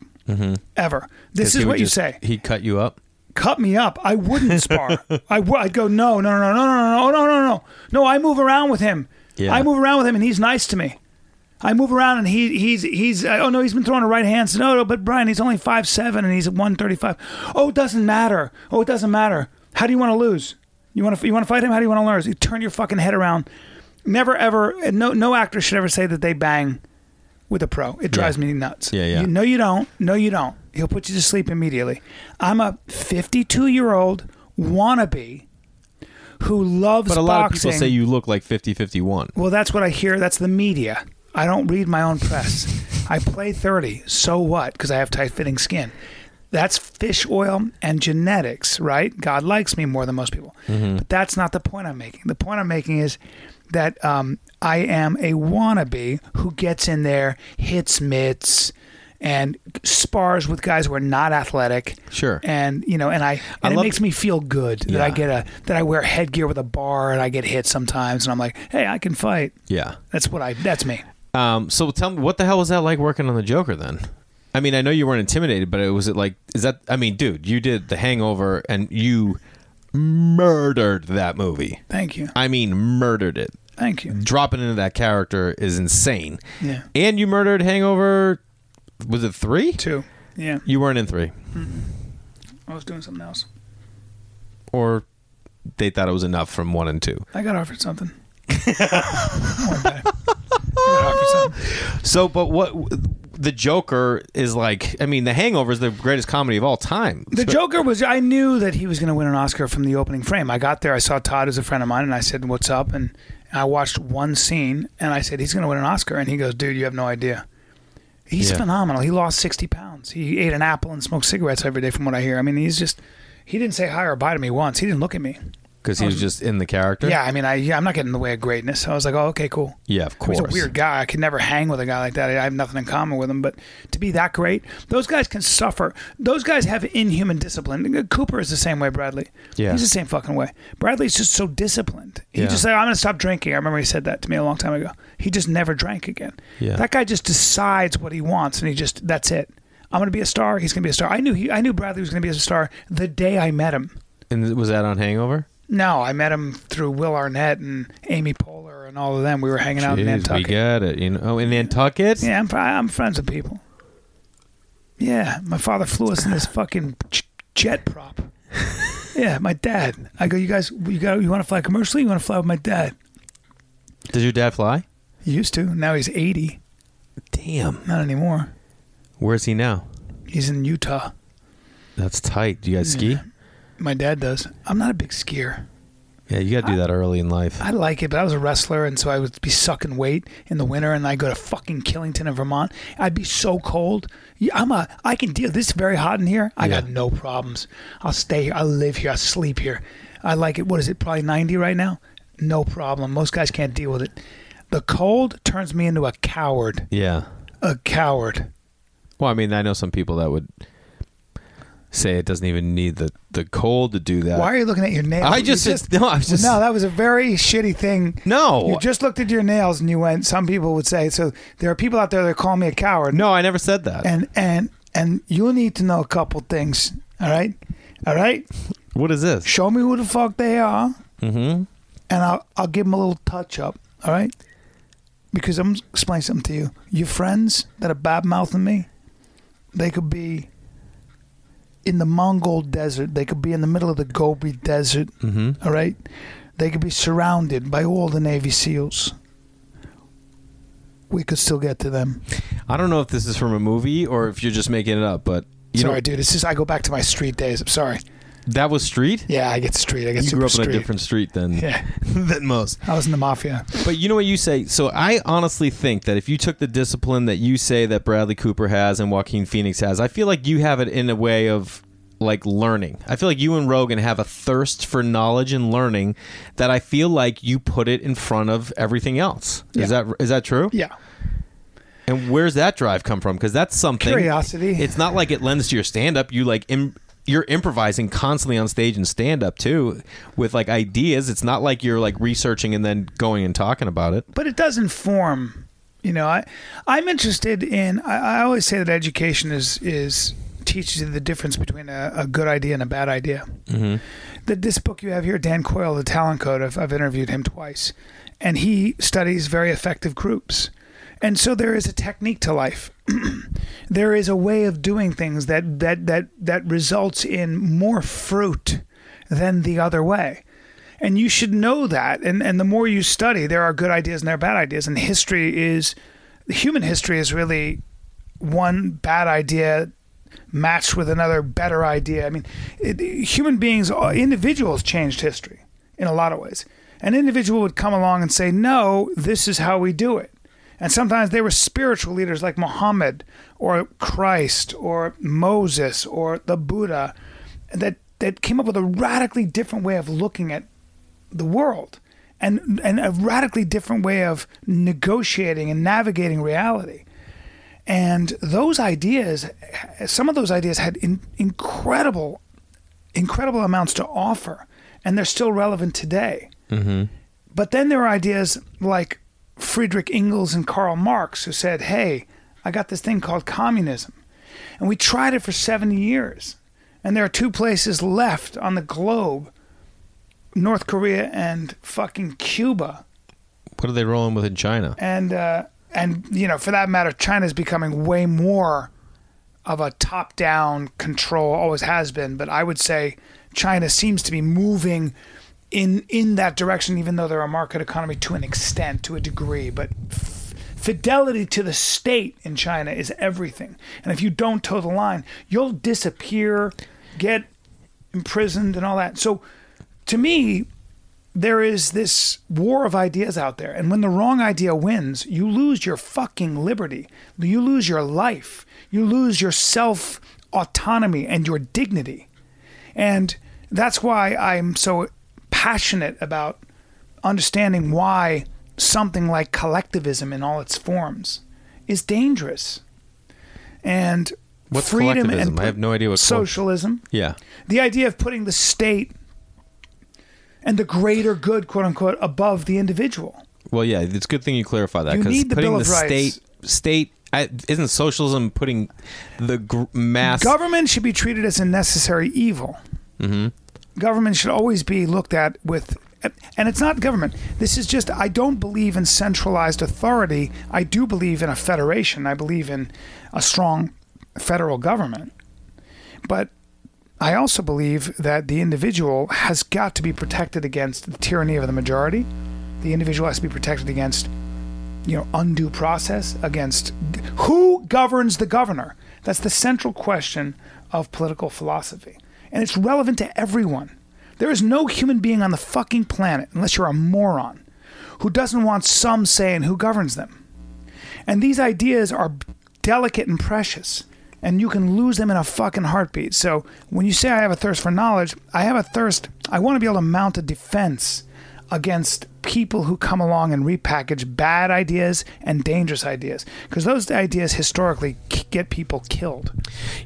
Speaker 1: Ever. This
Speaker 2: Mm-hmm. He
Speaker 1: is
Speaker 2: would
Speaker 1: what you
Speaker 2: just-
Speaker 1: say.
Speaker 2: He cut you up.
Speaker 1: Cut me up. I wouldn't spar. I would. I'd go no, no, no, no, no, no, no, no, no. No, I move around with him.
Speaker 2: Yeah.
Speaker 1: I move around with him, and he's nice to me. I move around and he he's he's uh, oh no he's been throwing a right hand so no no but Brian he's only five seven and he's at one thirty five oh it doesn't matter oh it doesn't matter how do you want to lose you want to you want to fight him how do you want to lose you turn your fucking head around never ever and no no actor should ever say that they bang with a pro it drives me nuts
Speaker 2: Yeah, yeah.
Speaker 1: You- no you don't no you don't he'll put you to sleep immediately I'm a fifty two year old wannabe who loves
Speaker 2: But a lot of
Speaker 1: boxing.
Speaker 2: people say you look like 50 51.
Speaker 1: Well, that's what I hear. That's the media. I don't read my own press. I play 30. So what? Because I have tight fitting skin. That's fish oil and genetics, right? God likes me more than most people. But that's not the point I'm making. The point I'm making is that um, I am a wannabe who gets in there, hits mitts, and spars with guys who are not athletic.
Speaker 2: Sure.
Speaker 1: And you know, and I and it
Speaker 2: love-
Speaker 1: makes me feel good that I
Speaker 2: Yeah.
Speaker 1: get a that I wear headgear with a bar and I get hit sometimes and I'm like, hey, I can fight.
Speaker 2: Yeah.
Speaker 1: That's what I. That's me.
Speaker 2: Um, so tell me, what the hell was that like working on the Joker then? I mean, I know you weren't intimidated, but it was it like, is that, I mean, dude, you did The Hangover and you murdered that movie.
Speaker 1: Thank you.
Speaker 2: I mean, murdered it.
Speaker 1: Thank you.
Speaker 2: Dropping into that character is insane.
Speaker 1: Yeah.
Speaker 2: And you murdered Hangover, was it three?
Speaker 1: Two. Yeah,
Speaker 2: You weren't in three.
Speaker 1: I was doing something else.
Speaker 2: Or they thought it was enough from one and two.
Speaker 1: I got offered something. Don't worry about it. I got offered something.
Speaker 2: So, but what the Joker is like? I mean, The Hangover is the greatest comedy of all time.
Speaker 1: The Joker was. I knew that he was going to win an Oscar from the opening frame. I got there. I saw Todd, who's a friend of mine, and I said, "What's up?" And I watched one scene, and I said, "He's going to win an Oscar," and he goes, "Dude, you have no idea." He's
Speaker 2: Yeah.
Speaker 1: phenomenal. He lost 60 pounds. He ate an apple and smoked cigarettes every day, from what I hear. I mean, he's just, he didn't say hi or bye to me once. He didn't look at me.
Speaker 2: because he was just in the character.
Speaker 1: Yeah, I mean, I, yeah, I'm not getting in the way of greatness. I was like, oh, okay, cool.
Speaker 2: yeah,
Speaker 1: I
Speaker 2: of
Speaker 1: mean,
Speaker 2: course.
Speaker 1: He's a weird guy. I could never hang with a guy like that. I have nothing in common with him. But to be that great, those guys can suffer. Those guys have inhuman discipline. Cooper is the same way, Bradley.
Speaker 2: Yeah.
Speaker 1: He's the same fucking way. Bradley's just so disciplined. He
Speaker 2: Yeah.
Speaker 1: just said, I'm going to stop drinking. I remember he said that to me a long time ago. He just never drank again.
Speaker 2: Yeah.
Speaker 1: That guy just decides what he wants and he just, that's it. I'm going to be a star. He's going to be a star. I knew he, I knew Bradley was going to be a star the day I met him.
Speaker 2: And was that on Hangover?
Speaker 1: No, I met him through Will Arnett and Amy Poehler and all of them. We were hanging out in
Speaker 2: Jeez, we
Speaker 1: Nantucket.
Speaker 2: got it. You know, oh, in Nantucket.
Speaker 1: Yeah, I'm, fri- I'm friends with people. Yeah, my father flew us in this fucking j- jet prop. Yeah, my dad. I go, you guys, you got, you want to fly commercially? You want to fly with my dad?
Speaker 2: Did your dad fly?
Speaker 1: He used to. Now he's 80.
Speaker 2: Damn.
Speaker 1: Not anymore.
Speaker 2: Where's he now?
Speaker 1: He's in Utah.
Speaker 2: That's tight. Do you guys ski?
Speaker 1: Mm. My dad does. I'm not a big skier.
Speaker 2: Yeah, you got to do that early in life.
Speaker 1: I like it, but I was a wrestler, and so I would be sucking weight in the winter, and I go to fucking Killington in Vermont. I'd be so cold. Yeah, I'm a. I can deal. This is very hot in here. I got
Speaker 2: Yeah.
Speaker 1: no problems. I'll stay here. I live here. I sleep here. I like it. What is it? Probably 90 right now. No problem. Most guys can't deal with it. The cold turns me into a coward.
Speaker 2: Yeah.
Speaker 1: A coward.
Speaker 2: Well, I mean, I know some people that would say it doesn't even need the, the cold to do that.
Speaker 1: Why are you looking at your nails?
Speaker 2: I
Speaker 1: You
Speaker 2: just, no, I was just
Speaker 1: no, that was a very shitty thing.
Speaker 2: No.
Speaker 1: You just looked at your nails and you went, some people would say, so there are people out there that call me a coward.
Speaker 2: no, I never said that.
Speaker 1: and and and you'll need to know a couple things. All right, all right.
Speaker 2: what is this?
Speaker 1: Show me who the fuck they are,
Speaker 2: Mm-hmm.
Speaker 1: and I'll I'll give them a little touch up. All right, because I'm gonna explain something to you. Your friends that are bad mouthing me, they could be in the Mongol desert. They could be in the middle of the Gobi Desert.
Speaker 2: Mm-hmm.
Speaker 1: All right, they could be surrounded by all the Navy SEALs. We could still get to them.
Speaker 2: I don't know if this is from a movie or if you're just making it up, but you
Speaker 1: sorry, dude. It's just I go back to my street days. I'm sorry.
Speaker 2: know that was street.
Speaker 1: Yeah, I get street. I get
Speaker 2: you
Speaker 1: super
Speaker 2: grew up
Speaker 1: street.
Speaker 2: in a different street than
Speaker 1: Yeah,
Speaker 2: than most.
Speaker 1: I was in the mafia.
Speaker 2: But you know what you say. So I honestly think that if you took the discipline that you say that Bradley Cooper has and Joaquin Phoenix has, I feel like you have it in a way of like learning. I feel like you and Rogan have a thirst for knowledge and learning that I feel like you put it in front of everything else. Is
Speaker 1: Yeah.
Speaker 2: that is that true?
Speaker 1: Yeah,
Speaker 2: And where's that drive come from? Because that's something
Speaker 1: Curiosity.
Speaker 2: It's not like it lends to your stand up. You like Im- you're improvising constantly on stage and stand up too with like ideas. It's not like you're like researching and then going and talking about it.
Speaker 1: but it does inform. You know, I I'm interested in. I, I always say that education is is teaches you the difference between a, a good idea and a bad idea. Mm-hmm. That this book you have here, Dan Coyle, The Talent Code. I've, I've interviewed him twice, and he studies very effective groups. And so there is a technique to life. there is a way of doing things that that that that results in more fruit than the other way and you should know that and and the more you study there are good ideas and there are bad ideas and history is human history is really one bad idea matched with another better idea i mean it, human beings uh, individuals changed history in a lot of ways an individual would come along and say no this is how we do it and sometimes they were spiritual leaders like Muhammad or Christ or Moses or the Buddha that, that came up with a radically different way of looking at the world and, and a radically different way of negotiating and navigating reality. And those ideas, some of those ideas had in, incredible, incredible amounts to offer, and they're still relevant today. But then there are ideas like Friedrich Engels and Karl Marx who said, Hey, I got this thing called communism. And we tried it for 70 years. And there are two places left on the globe North Korea and fucking Cuba.
Speaker 2: What are they rolling with in China?
Speaker 1: And, uh, and you know, for that matter, China's becoming way more of a top down control, always has been. But I would say China seems to be moving in in that direction, even though they're a market economy to an extent, to a degree. But f- fidelity to the state in China is everything. And if you don't toe the line, you'll disappear, get imprisoned, and all that. So, to me, there is this war of ideas out there. And when the wrong idea wins, you lose your fucking liberty. You lose your life. You lose your self autonomy and your dignity. And that's why I'm so passionate about understanding why something like collectivism in all its forms is dangerous. And
Speaker 2: What's
Speaker 1: freedom
Speaker 2: collectivism?
Speaker 1: and
Speaker 2: I have no idea what col-
Speaker 1: socialism
Speaker 2: Yeah.
Speaker 1: the idea of putting the state and the greater good, quote unquote, above the individual.
Speaker 2: Well, yeah, it's a good thing you clarify that
Speaker 1: You
Speaker 2: because
Speaker 1: need the
Speaker 2: putting
Speaker 1: Bill
Speaker 2: the
Speaker 1: of Rights.
Speaker 2: state state I, isn't socialism putting the gr- mass
Speaker 1: Government should be treated as a necessary evil. Mm-hmm. Government should always be looked at with, and it's not government. This is just, I don't believe in centralized authority. I do believe in a federation. I believe in a strong federal government. But I also believe that the individual has got to be protected against the tyranny of the majority. The individual has to be protected against you know undue process against who governs the governor that's the central question of political philosophy and it's relevant to everyone there is no human being on the fucking planet unless you're a moron who doesn't want some say in who governs them and these ideas are delicate and precious and you can lose them in a fucking heartbeat so when you say i have a thirst for knowledge i have a thirst i want to be able to mount a defense against people who come along and repackage bad ideas and dangerous ideas because those ideas historically k- get people killed.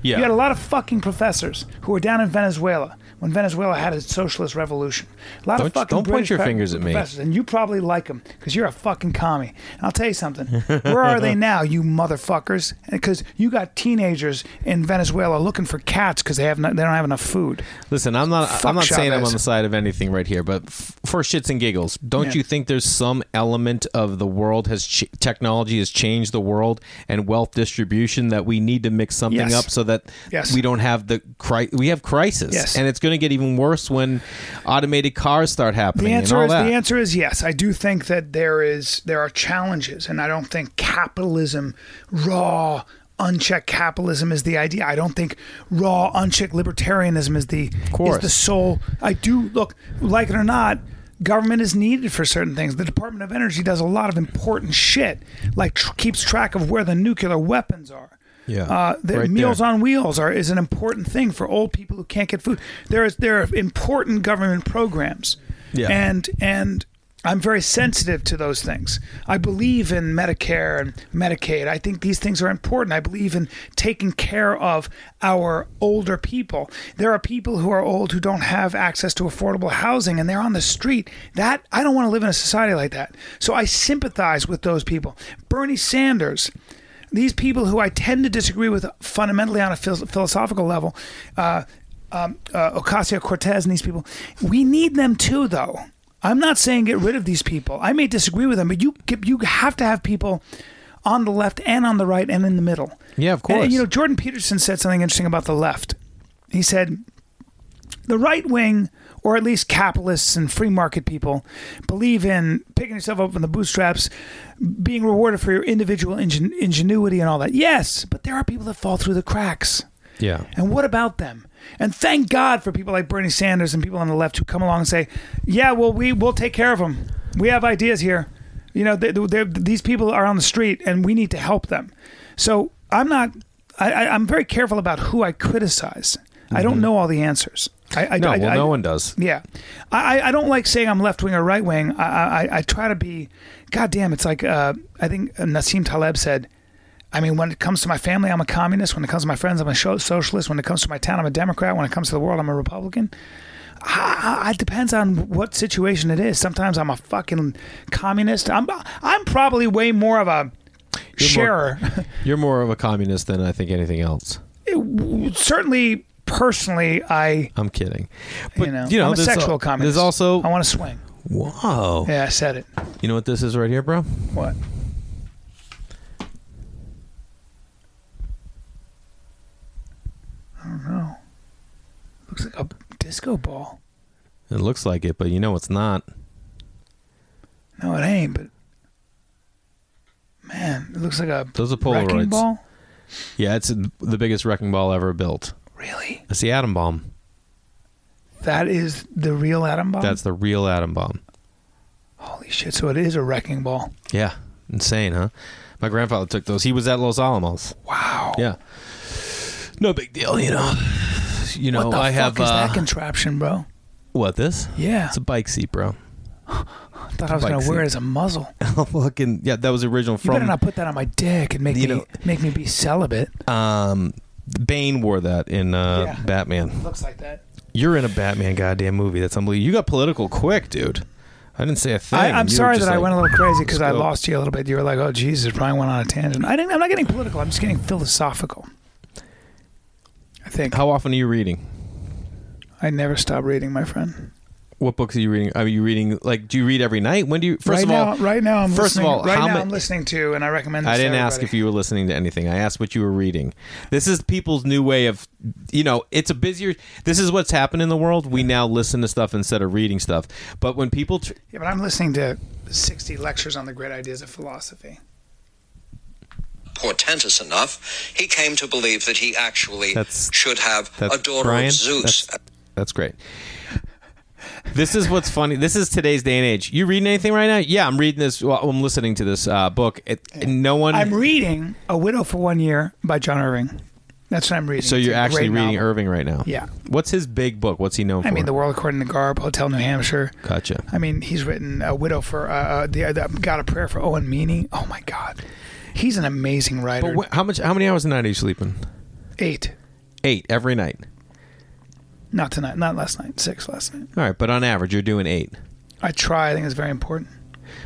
Speaker 2: Yeah.
Speaker 1: You had a lot of fucking professors who were down in Venezuela when Venezuela had its socialist revolution. A lot
Speaker 2: Don't-
Speaker 1: of fucking
Speaker 2: don't point
Speaker 1: British
Speaker 2: your
Speaker 1: pre-
Speaker 2: fingers at me.
Speaker 1: professors, and you probably like them because you're a fucking commie. And I'll tell you something. Where are they now, you motherfuckers? Because you got teenagers in Venezuela looking for cats because they have no, they don't have enough food.
Speaker 2: Listen, I'm not.
Speaker 1: Fuck
Speaker 2: I'm not saying I'm
Speaker 1: Chavez.
Speaker 2: on the side of anything right here, but f- for shits and giggles, don't
Speaker 1: Yeah.
Speaker 2: you think there's some element of the world has ch- technology has changed the world and wealth distribution that we need to mix something
Speaker 1: Yes.
Speaker 2: up so that
Speaker 1: Yes.
Speaker 2: we don't have the cri- we have crisis,
Speaker 1: Yes.
Speaker 2: and it's going to get even worse when automated cars start happening
Speaker 1: The answer
Speaker 2: and all
Speaker 1: is
Speaker 2: that.
Speaker 1: the answer is yes. I do think that there is there are challenges, and I don't think capitalism, raw, unchecked capitalism is the idea. I don't think raw, unchecked libertarianism is the
Speaker 2: course.
Speaker 1: is the sole. I do look like it or not. Government is needed for certain things. The Department of Energy does a lot of important shit, like tr- keeps track of where the nuclear weapons are.
Speaker 2: Yeah,
Speaker 1: uh, the
Speaker 2: right
Speaker 1: Meals
Speaker 2: there.
Speaker 1: on Wheels are is an important thing for old people who can't get food. There is there are important government programs.
Speaker 2: Yeah.
Speaker 1: And and I'm very sensitive to those things. I believe in Medicare and Medicaid. I think these things are important. I believe in taking care of our older people. There are people who are old who don't have access to affordable housing and they're on the street. That I don't want to live in a society like that. So I sympathize with those people. Bernie Sanders these people who I tend to disagree with fundamentally on a phil- philosophical level, uh, um, uh, Ocasio Cortez and these people, we need them too, though. I'm not saying get rid of these people. I may disagree with them, but you you have to have people on the left and on the right and in the middle.
Speaker 2: Yeah, of
Speaker 1: And,
Speaker 2: course.
Speaker 1: you know, Jordan Peterson said something interesting about the left. He said the right wing, or at least capitalists and free market people, believe in picking yourself up from the bootstraps, being rewarded for your individual ingen- ingenuity and all that. Yes, but there are people that fall through the cracks.
Speaker 2: yeah.
Speaker 1: And what about them? And thank God for people like Bernie Sanders and people on the left who come along and say, "Yeah, well, we will take care of them. We have ideas here. You know, they, they, these people are on the street, and we need to help them." So I'm not. I, I, I'm very careful about who I criticize. I don't know all the answers. I, I,
Speaker 2: Mm-hmm. No,
Speaker 1: I,
Speaker 2: well,
Speaker 1: I-
Speaker 2: no one does.
Speaker 1: yeah, I, I- I don't like saying I'm left wing or right wing. I, I I try to be. God damn, it's like uh, I think Nassim Taleb said. I mean, when it comes to my family, I'm a communist. When it comes to my friends, I'm a sho- socialist. When it comes to my town, I'm a Democrat. When it comes to the world, I'm a Republican. I, I, it depends on what situation it is. Sometimes I'm a fucking communist. I'm I'm probably way more of a
Speaker 2: You're more-
Speaker 1: sharer.
Speaker 2: You're more of a communist than I think anything else.
Speaker 1: Certainly, personally, I
Speaker 2: I'm kidding, but
Speaker 1: you know,
Speaker 2: you know
Speaker 1: I'm a
Speaker 2: there's al-
Speaker 1: sexual communist.
Speaker 2: There's also
Speaker 1: I want to swing.
Speaker 2: whoa.
Speaker 1: Yeah, I said it.
Speaker 2: You know what this is right here, bro?
Speaker 1: What? I don't know. Looks like a disco ball.
Speaker 2: It looks like it, but you know it's not.
Speaker 1: No, it ain't. But man, it looks like a
Speaker 2: Those are
Speaker 1: wrecking
Speaker 2: Polaroids.
Speaker 1: ball.
Speaker 2: Yeah, it's the biggest wrecking ball ever built.
Speaker 1: Really?
Speaker 2: It's the atom bomb.
Speaker 1: That is the real atom bomb.
Speaker 2: That's the real atom bomb.
Speaker 1: Holy shit! So it is a wrecking ball.
Speaker 2: Yeah, insane, huh? My grandfather took those. He was at Los Alamos.
Speaker 1: Wow.
Speaker 2: Yeah, no big deal, you know. You know,
Speaker 1: What the
Speaker 2: I
Speaker 1: fuck
Speaker 2: have
Speaker 1: is
Speaker 2: uh,
Speaker 1: that contraption, bro?
Speaker 2: what this?
Speaker 1: Yeah.
Speaker 2: It's a bike seat, bro.
Speaker 1: I thought I was gonna
Speaker 2: bike
Speaker 1: wear
Speaker 2: seat.
Speaker 1: it as a muzzle.
Speaker 2: Fucking yeah, that was original
Speaker 1: You better
Speaker 2: from
Speaker 1: not put that on my dick and make me
Speaker 2: You know-
Speaker 1: make me be celibate.
Speaker 2: um, Bane wore that in uh,
Speaker 1: Yeah.
Speaker 2: Batman.
Speaker 1: Looks like that.
Speaker 2: You're in a Batman goddamn movie. That's unbelievable. You got political quick, dude. I didn't say a thing.
Speaker 1: I, I'm
Speaker 2: You
Speaker 1: sorry
Speaker 2: were
Speaker 1: that
Speaker 2: just
Speaker 1: I
Speaker 2: like-
Speaker 1: went a little crazy because I
Speaker 2: go.
Speaker 1: lost you a little bit. You were like, "Oh, Jesus, Brian went on a tangent." I didn't. I'm not getting political. I'm just getting philosophical. I think
Speaker 2: How often are you reading?
Speaker 1: I never stop reading, my friend.
Speaker 2: What books are you reading? Are you reading like? Do you read every night? When do you? First
Speaker 1: right
Speaker 2: of
Speaker 1: now,
Speaker 2: all,
Speaker 1: right now, I'm
Speaker 2: first of
Speaker 1: listening-
Speaker 2: all,
Speaker 1: right
Speaker 2: how
Speaker 1: now
Speaker 2: ma-
Speaker 1: I'm listening to, and I recommend. This
Speaker 2: I
Speaker 1: to
Speaker 2: didn't ask
Speaker 1: everybody.
Speaker 2: if you were listening to anything. I asked what you were reading. This is people's new way of, you know, it's a busier. This is what's happened in the world. We now listen to stuff instead of reading stuff. But when people, tr-
Speaker 1: Yeah, but I'm listening to 60 lectures on the great ideas of philosophy.
Speaker 3: portentous enough, he came to believe that he actually
Speaker 2: That's-
Speaker 3: should have
Speaker 2: that's
Speaker 3: a daughter
Speaker 2: Brian.
Speaker 3: of Zeus.
Speaker 2: That's, that's great. This is what's funny. This is today's day and age. You reading anything right now? Yeah, I'm reading this. Well, I'm listening to this uh, book. It, and No one.
Speaker 1: I'm reading A Widow for One Year by John Irving. That's what I'm reading.
Speaker 2: so
Speaker 1: It's
Speaker 2: you're
Speaker 1: a great
Speaker 2: actually reading
Speaker 1: novel.
Speaker 2: Irving right now.
Speaker 1: Yeah.
Speaker 2: What's his big book? What's he known for?
Speaker 1: I mean, The World According to Garb, Hotel New Hampshire.
Speaker 2: Gotcha.
Speaker 1: I mean, he's written A Widow for, uh, uh, the, uh, Got a Prayer for Owen Meany. Oh my God. He's an amazing writer.
Speaker 2: But wh- how much? How many hours a night are you sleeping?
Speaker 1: Eight.
Speaker 2: Eight every night.
Speaker 1: Not tonight, not last night, six last night.
Speaker 2: All right, but on average, you're doing eight.
Speaker 1: I try, I think it's very important.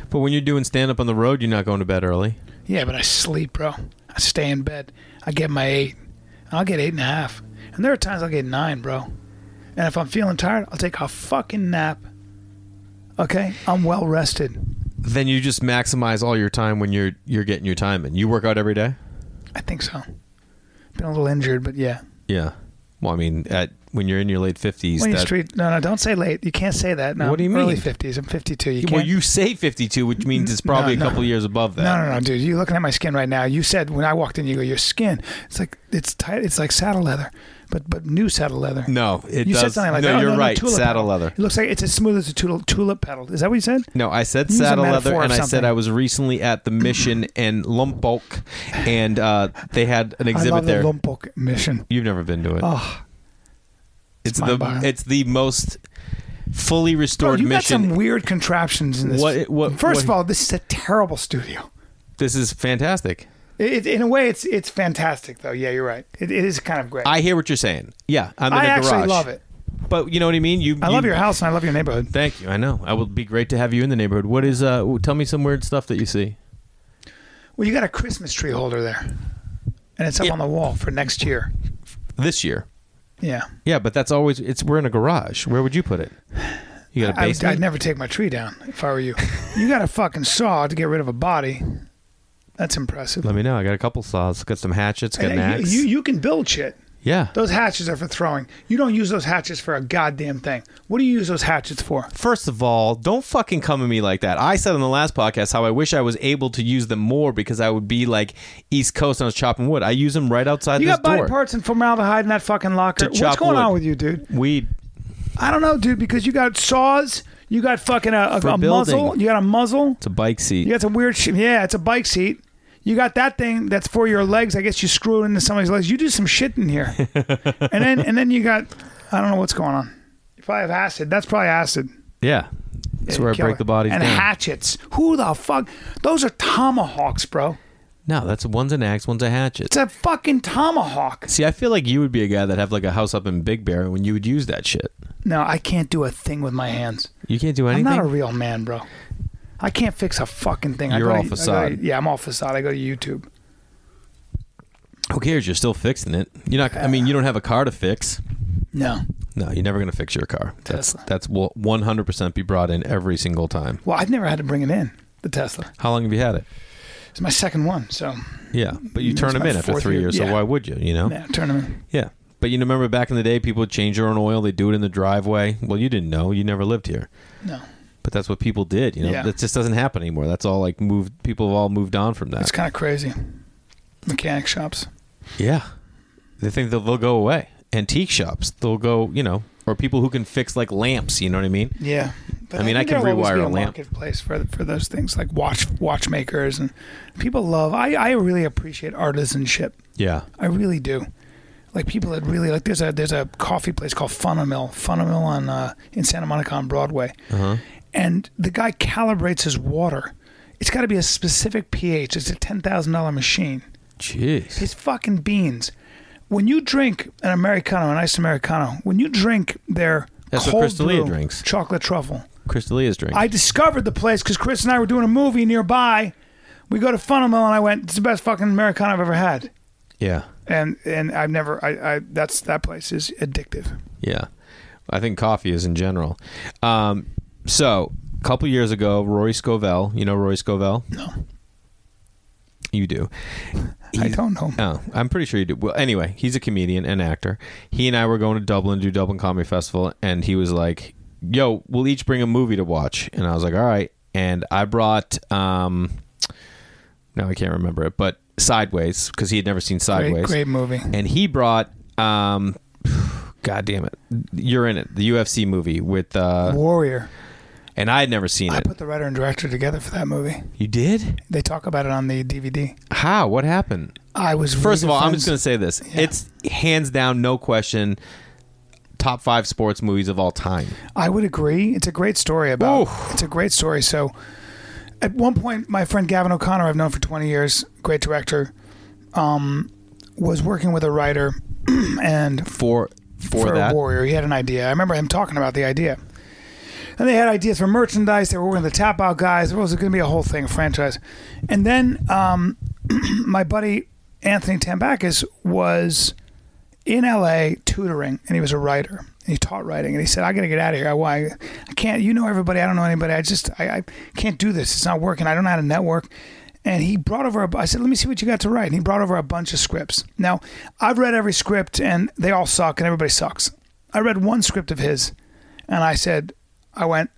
Speaker 2: But when you're doing stand up on the road, you're not going to bed early.
Speaker 1: Yeah, but I sleep, bro. I stay in bed. I get my eight. I'll get eight and a half. And there are times I'll get nine, bro. And if I'm feeling tired, I'll take a fucking nap. Okay? I'm well rested.
Speaker 2: Then you just maximize all your time when you're you're getting your time in. You work out every day.
Speaker 1: I think so. Been a little injured, but yeah.
Speaker 2: Yeah. Well, I mean, at when you're in your late fifties,
Speaker 1: When you
Speaker 2: that
Speaker 1: street no no, don't say late. You can't say that. No.
Speaker 2: What do you
Speaker 1: Early
Speaker 2: mean?
Speaker 1: fifties. I'm fifty two. You can't
Speaker 2: well, you say fifty-two, which means it's probably
Speaker 1: No,
Speaker 2: a
Speaker 1: no.
Speaker 2: couple years above that.
Speaker 1: No, no, no, dude. You're looking at my skin right now. You said when I walked in, you go, your skin. It's like it's tight. It's like saddle leather, but but new saddle leather.
Speaker 2: No, it
Speaker 1: you
Speaker 2: does.
Speaker 1: said something like
Speaker 2: no,
Speaker 1: that. Oh,
Speaker 2: you're
Speaker 1: no, no,
Speaker 2: right.
Speaker 1: tulip
Speaker 2: saddle
Speaker 1: petal.
Speaker 2: leather.
Speaker 1: It looks like it's as smooth as a tulip, tulip petal. Is that what you said?
Speaker 2: No, I said
Speaker 1: Use a
Speaker 2: saddle
Speaker 1: metaphor
Speaker 2: leather,
Speaker 1: of
Speaker 2: and I
Speaker 1: something.
Speaker 2: said I was recently at the Mission in Lumpulk, and uh, they had an
Speaker 1: I
Speaker 2: exhibit
Speaker 1: love
Speaker 2: there.
Speaker 1: the Lompok mission.
Speaker 2: You've never been to it.
Speaker 1: Oh,
Speaker 2: it's the
Speaker 1: mind-boggling.
Speaker 2: it's the most fully
Speaker 1: bro,
Speaker 2: restored
Speaker 1: you got
Speaker 2: mission
Speaker 1: some weird contraptions in this.
Speaker 2: What- what-
Speaker 1: First
Speaker 2: what-
Speaker 1: of all, this is a terrible studio.
Speaker 2: This is fantastic.
Speaker 1: It, it- in a way, it's it's fantastic though. Yeah, you're right. It, it is kind of great.
Speaker 2: I hear what you're saying. Yeah, I'm in
Speaker 1: I
Speaker 2: a
Speaker 1: actually
Speaker 2: garage.
Speaker 1: love it.
Speaker 2: But you know what I mean? You
Speaker 1: I love
Speaker 2: you-
Speaker 1: your house and I love your neighborhood.
Speaker 2: Thank you. I know. I would be great to have you in the neighborhood. What is uh w- tell me some weird stuff that you see.
Speaker 1: Well, you got a Christmas tree holder there, and it's up
Speaker 2: Yeah.
Speaker 1: on the wall for next year.
Speaker 2: This year.
Speaker 1: Yeah,
Speaker 2: Yeah, but that's always it's we're in a garage. Where would you put it? You got a
Speaker 1: I, would- I'd
Speaker 2: basement?
Speaker 1: never take my tree down if I were you. you got a fucking saw to get rid of a body. That's impressive.
Speaker 2: Let me know. I got a couple saws, got some hatchets, got an
Speaker 1: And
Speaker 2: axe.
Speaker 1: You, you you can build shit.
Speaker 2: yeah.
Speaker 1: Those hatchets are for throwing. You don't use those hatchets for a goddamn thing. What do you use those hatchets for?
Speaker 2: First of all, don't fucking come at me like that. I said on the last podcast how I wish I was able to use them more because I would be like East Coast and I was chopping wood. I use them right outside
Speaker 1: You
Speaker 2: this
Speaker 1: got body
Speaker 2: door.
Speaker 1: parts and formaldehyde in that fucking
Speaker 2: to
Speaker 1: locker. What's
Speaker 2: chop
Speaker 1: going on
Speaker 2: wood.
Speaker 1: with you, dude?
Speaker 2: Weed.
Speaker 1: I don't know, dude, because you got saws, you got fucking a, a,
Speaker 2: For
Speaker 1: a
Speaker 2: building.
Speaker 1: muzzle, you got a muzzle,
Speaker 2: It's a bike seat.
Speaker 1: you got some weird shit. Yeah, it's a bike seat. You got that thing that's for your legs. I guess you screw it into somebody's legs. You do some shit in here, and then and then you got I don't know what's going on. If I have acid, that's probably acid.
Speaker 2: Yeah. That's where I
Speaker 1: Killer.
Speaker 2: break the bodies
Speaker 1: and
Speaker 2: down.
Speaker 1: hatchets. Who the fuck? Those are tomahawks, bro.
Speaker 2: no, that's one's an axe, one's a hatchet.
Speaker 1: It's a fucking tomahawk.
Speaker 2: See, I feel like you would be a guy that have like a house up in Big Bear and when you would use that shit.
Speaker 1: No, I can't do a thing with my hands.
Speaker 2: You can't do anything.
Speaker 1: I'm not a real man, bro. I can't fix a fucking thing.
Speaker 2: You're
Speaker 1: I go
Speaker 2: all
Speaker 1: to- I go to-
Speaker 2: facade.
Speaker 1: yeah, I'm all facade. I go to YouTube.
Speaker 2: Who cares? You're still fixing it. You're not I mean, you don't have a car to fix.
Speaker 1: No.
Speaker 2: No, you're never going to fix your car. That's
Speaker 1: Tesla.
Speaker 2: that's will 100% be brought in every single time.
Speaker 1: Well, I've never had to bring it in. The Tesla.
Speaker 2: How long have you had it?
Speaker 1: It's my second one, so
Speaker 2: Yeah, but you
Speaker 1: It's
Speaker 2: turn them
Speaker 1: my
Speaker 2: in after
Speaker 1: fourth
Speaker 2: 3
Speaker 1: year.
Speaker 2: years,
Speaker 1: Yeah.
Speaker 2: so why would you, you know?
Speaker 1: yeah, tournament.
Speaker 2: Yeah. But you remember back in the day people would change their own oil, they do it in the driveway. Well, you didn't know. You never lived here.
Speaker 1: No.
Speaker 2: But that's what people did, you know.
Speaker 1: Yeah.
Speaker 2: That just doesn't happen anymore. That's all like moved people have all moved on from that.
Speaker 1: It's kind of crazy. Mechanic shops.
Speaker 2: Yeah. They think they'll, they'll go away. Antique shops, they'll go, you know, or people who can fix like lamps. You know what I mean?
Speaker 1: Yeah. But
Speaker 2: I mean, I
Speaker 1: think
Speaker 2: can
Speaker 1: there'll always
Speaker 2: rewire
Speaker 1: be
Speaker 2: a lamp.
Speaker 1: marketplace for for those things like watch watchmakers and people love. I I really appreciate artisanship.
Speaker 2: Yeah.
Speaker 1: I really do. Like people that really like there's a there's a coffee place called Funamill, Funamill on uh, in Santa Monica on Broadway,
Speaker 2: Uh-huh.
Speaker 1: and the guy calibrates his water. It's got to be a specific pH. It's a ten thousand dollar machine.
Speaker 2: Jeez.
Speaker 1: His fucking beans. When you drink an americano, an iced americano, when you drink their
Speaker 2: That's what
Speaker 1: cold
Speaker 2: Crystalia
Speaker 1: brew
Speaker 2: drinks.
Speaker 1: chocolate truffle,
Speaker 2: Crystalia's drink.
Speaker 1: I discovered the place because Chris and I were doing a movie nearby. We go to Funamill and I went, "It's the best fucking americano I've ever had."
Speaker 2: yeah.
Speaker 1: and and I've never I, I that's that place is addictive.
Speaker 2: Yeah, I think coffee is in general. Um, so a couple years ago, Rory Scovel, you know Rory Scovel? No. You do.
Speaker 1: I
Speaker 2: He's-
Speaker 1: don't know.
Speaker 2: Oh, I'm pretty sure you do. Well, anyway, he's a comedian and actor. He and I were going to Dublin to do Dublin Comedy Festival, and he was like, "Yo, we'll each bring a movie to watch." And I was like, "All right." And I brought, um, no, I can't remember it, but Sideways because he had never seen
Speaker 1: Great,
Speaker 2: Sideways
Speaker 1: great movie.
Speaker 2: and he brought um god damn it you're in it the ufc movie with uh
Speaker 1: Warrior.
Speaker 2: and i had never seen
Speaker 1: I
Speaker 2: it
Speaker 1: put the writer and director together for that movie.
Speaker 2: you did
Speaker 1: They talk about it on the DVD.
Speaker 2: how what happened
Speaker 1: I was
Speaker 2: first of all i'm just gonna
Speaker 1: friends-
Speaker 2: say this it's hands down no question top five sports movies of all time
Speaker 1: I would agree. It's a great story about.
Speaker 2: Oof.
Speaker 1: It's a great story. So, at one point, my friend Gavin O'Connor, I've known for twenty years, great director, um, was working with a writer, and
Speaker 2: for for,
Speaker 1: for
Speaker 2: that
Speaker 1: a warrior. He had an idea. I remember him talking about the idea. And they had ideas for merchandise. They were working with the tap out guys. There was going to be a whole thing, a franchise. And then um, my buddy Anthony Tambakis was in LA tutoring, and he was a writer. And he taught writing, and he said, "I got to get out of here. I, why? I can't. You know everybody. I don't know anybody. I just I, I can't do this. It's not working. I don't know how to network." And he brought over. A, bu- I said, "Let me see what you got to write." And he brought over a bunch of scripts. Now, I've read every script, and they all suck, and everybody sucks. I read one script of his, and I said, "I went,